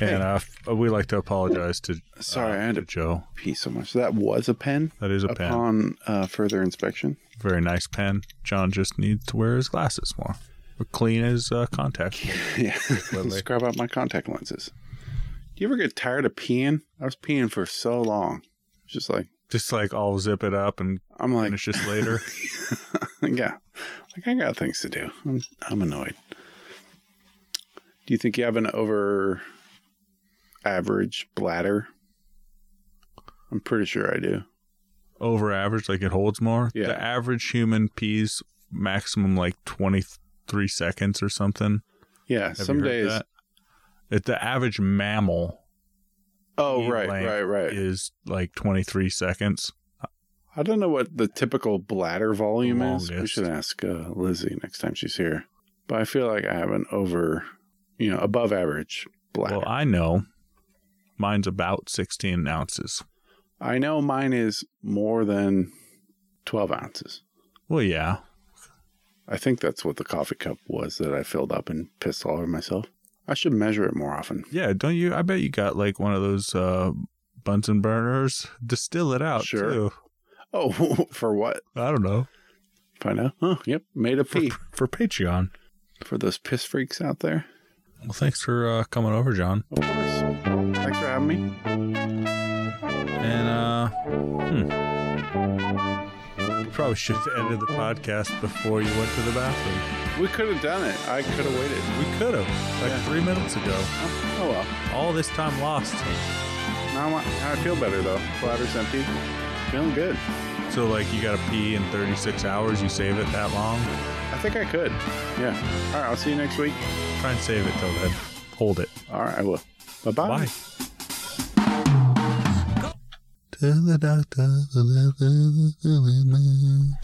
Speaker 2: And uh, f- we like to apologize to uh,
Speaker 1: Sorry, I had
Speaker 2: to
Speaker 1: to
Speaker 2: Joe.
Speaker 1: pee so much. That was a pen.
Speaker 2: That is a pen.
Speaker 1: Upon uh, further inspection.
Speaker 2: Very nice pen. John just needs to wear his glasses more. Or clean his uh, contact.
Speaker 1: Yeah.
Speaker 2: Lovely.
Speaker 1: Scrub out my contact lenses. Do you ever get tired of peeing? I was peeing for so long. It's just like
Speaker 2: Just like I'll zip it up and
Speaker 1: I'm like
Speaker 2: finish this later.
Speaker 1: yeah. Like I got things to do. I'm I'm annoyed. Do you think you have an over average bladder? I'm pretty sure I do.
Speaker 2: over average, like it holds more.
Speaker 1: Yeah.
Speaker 2: The average human pees maximum like 23 seconds or something.
Speaker 1: Yeah.
Speaker 2: Have
Speaker 1: some
Speaker 2: you heard
Speaker 1: days
Speaker 2: That? It, the average mammal
Speaker 1: Oh
Speaker 2: You
Speaker 1: right,
Speaker 2: blank.
Speaker 1: right, right.
Speaker 2: is like 23 seconds.
Speaker 1: I don't know what the typical bladder volume is. We
Speaker 2: Longest.
Speaker 1: should ask uh, Lizzie next time she's here. But I feel like I have an over, you know, above average bladder.
Speaker 2: Well, I know. Mine's about 16 ounces.
Speaker 1: I, know mine is more than 12 ounces.
Speaker 2: Well, yeah.
Speaker 1: I think that's what the coffee cup was that I filled up and pissed all over myself. I should measure it more often.
Speaker 2: Yeah, don't you? I bet you got like one of those uh, Bunsen burners. Distill it out,
Speaker 1: Sure.
Speaker 2: too.
Speaker 1: Oh, for what?
Speaker 2: I don't know.
Speaker 1: Find out. Oh, yep. Made a
Speaker 2: For,
Speaker 1: pee
Speaker 2: for Patreon.
Speaker 1: for those piss freaks out there.
Speaker 2: Well, thanks for uh, coming over, John.
Speaker 1: Of course. Thanks for having me.
Speaker 2: And uh, hmm. We probably should have ended the podcast before you went to the bathroom.
Speaker 1: We could have done it. I could have waited.
Speaker 2: We could have, like
Speaker 1: Yeah.
Speaker 2: three minutes ago.
Speaker 1: Oh, oh well.
Speaker 2: All this time lost.
Speaker 1: Now I, now I feel better though. Bladder's empty. Feeling good.
Speaker 2: So, like, you gotta pee in 36 hours. You save it that long.
Speaker 1: I think I could. Yeah. All right. I'll see you next week.
Speaker 2: Try and save it till then. Hold it.
Speaker 1: All right. I will. Bye-bye.
Speaker 2: Bye. To the doctor.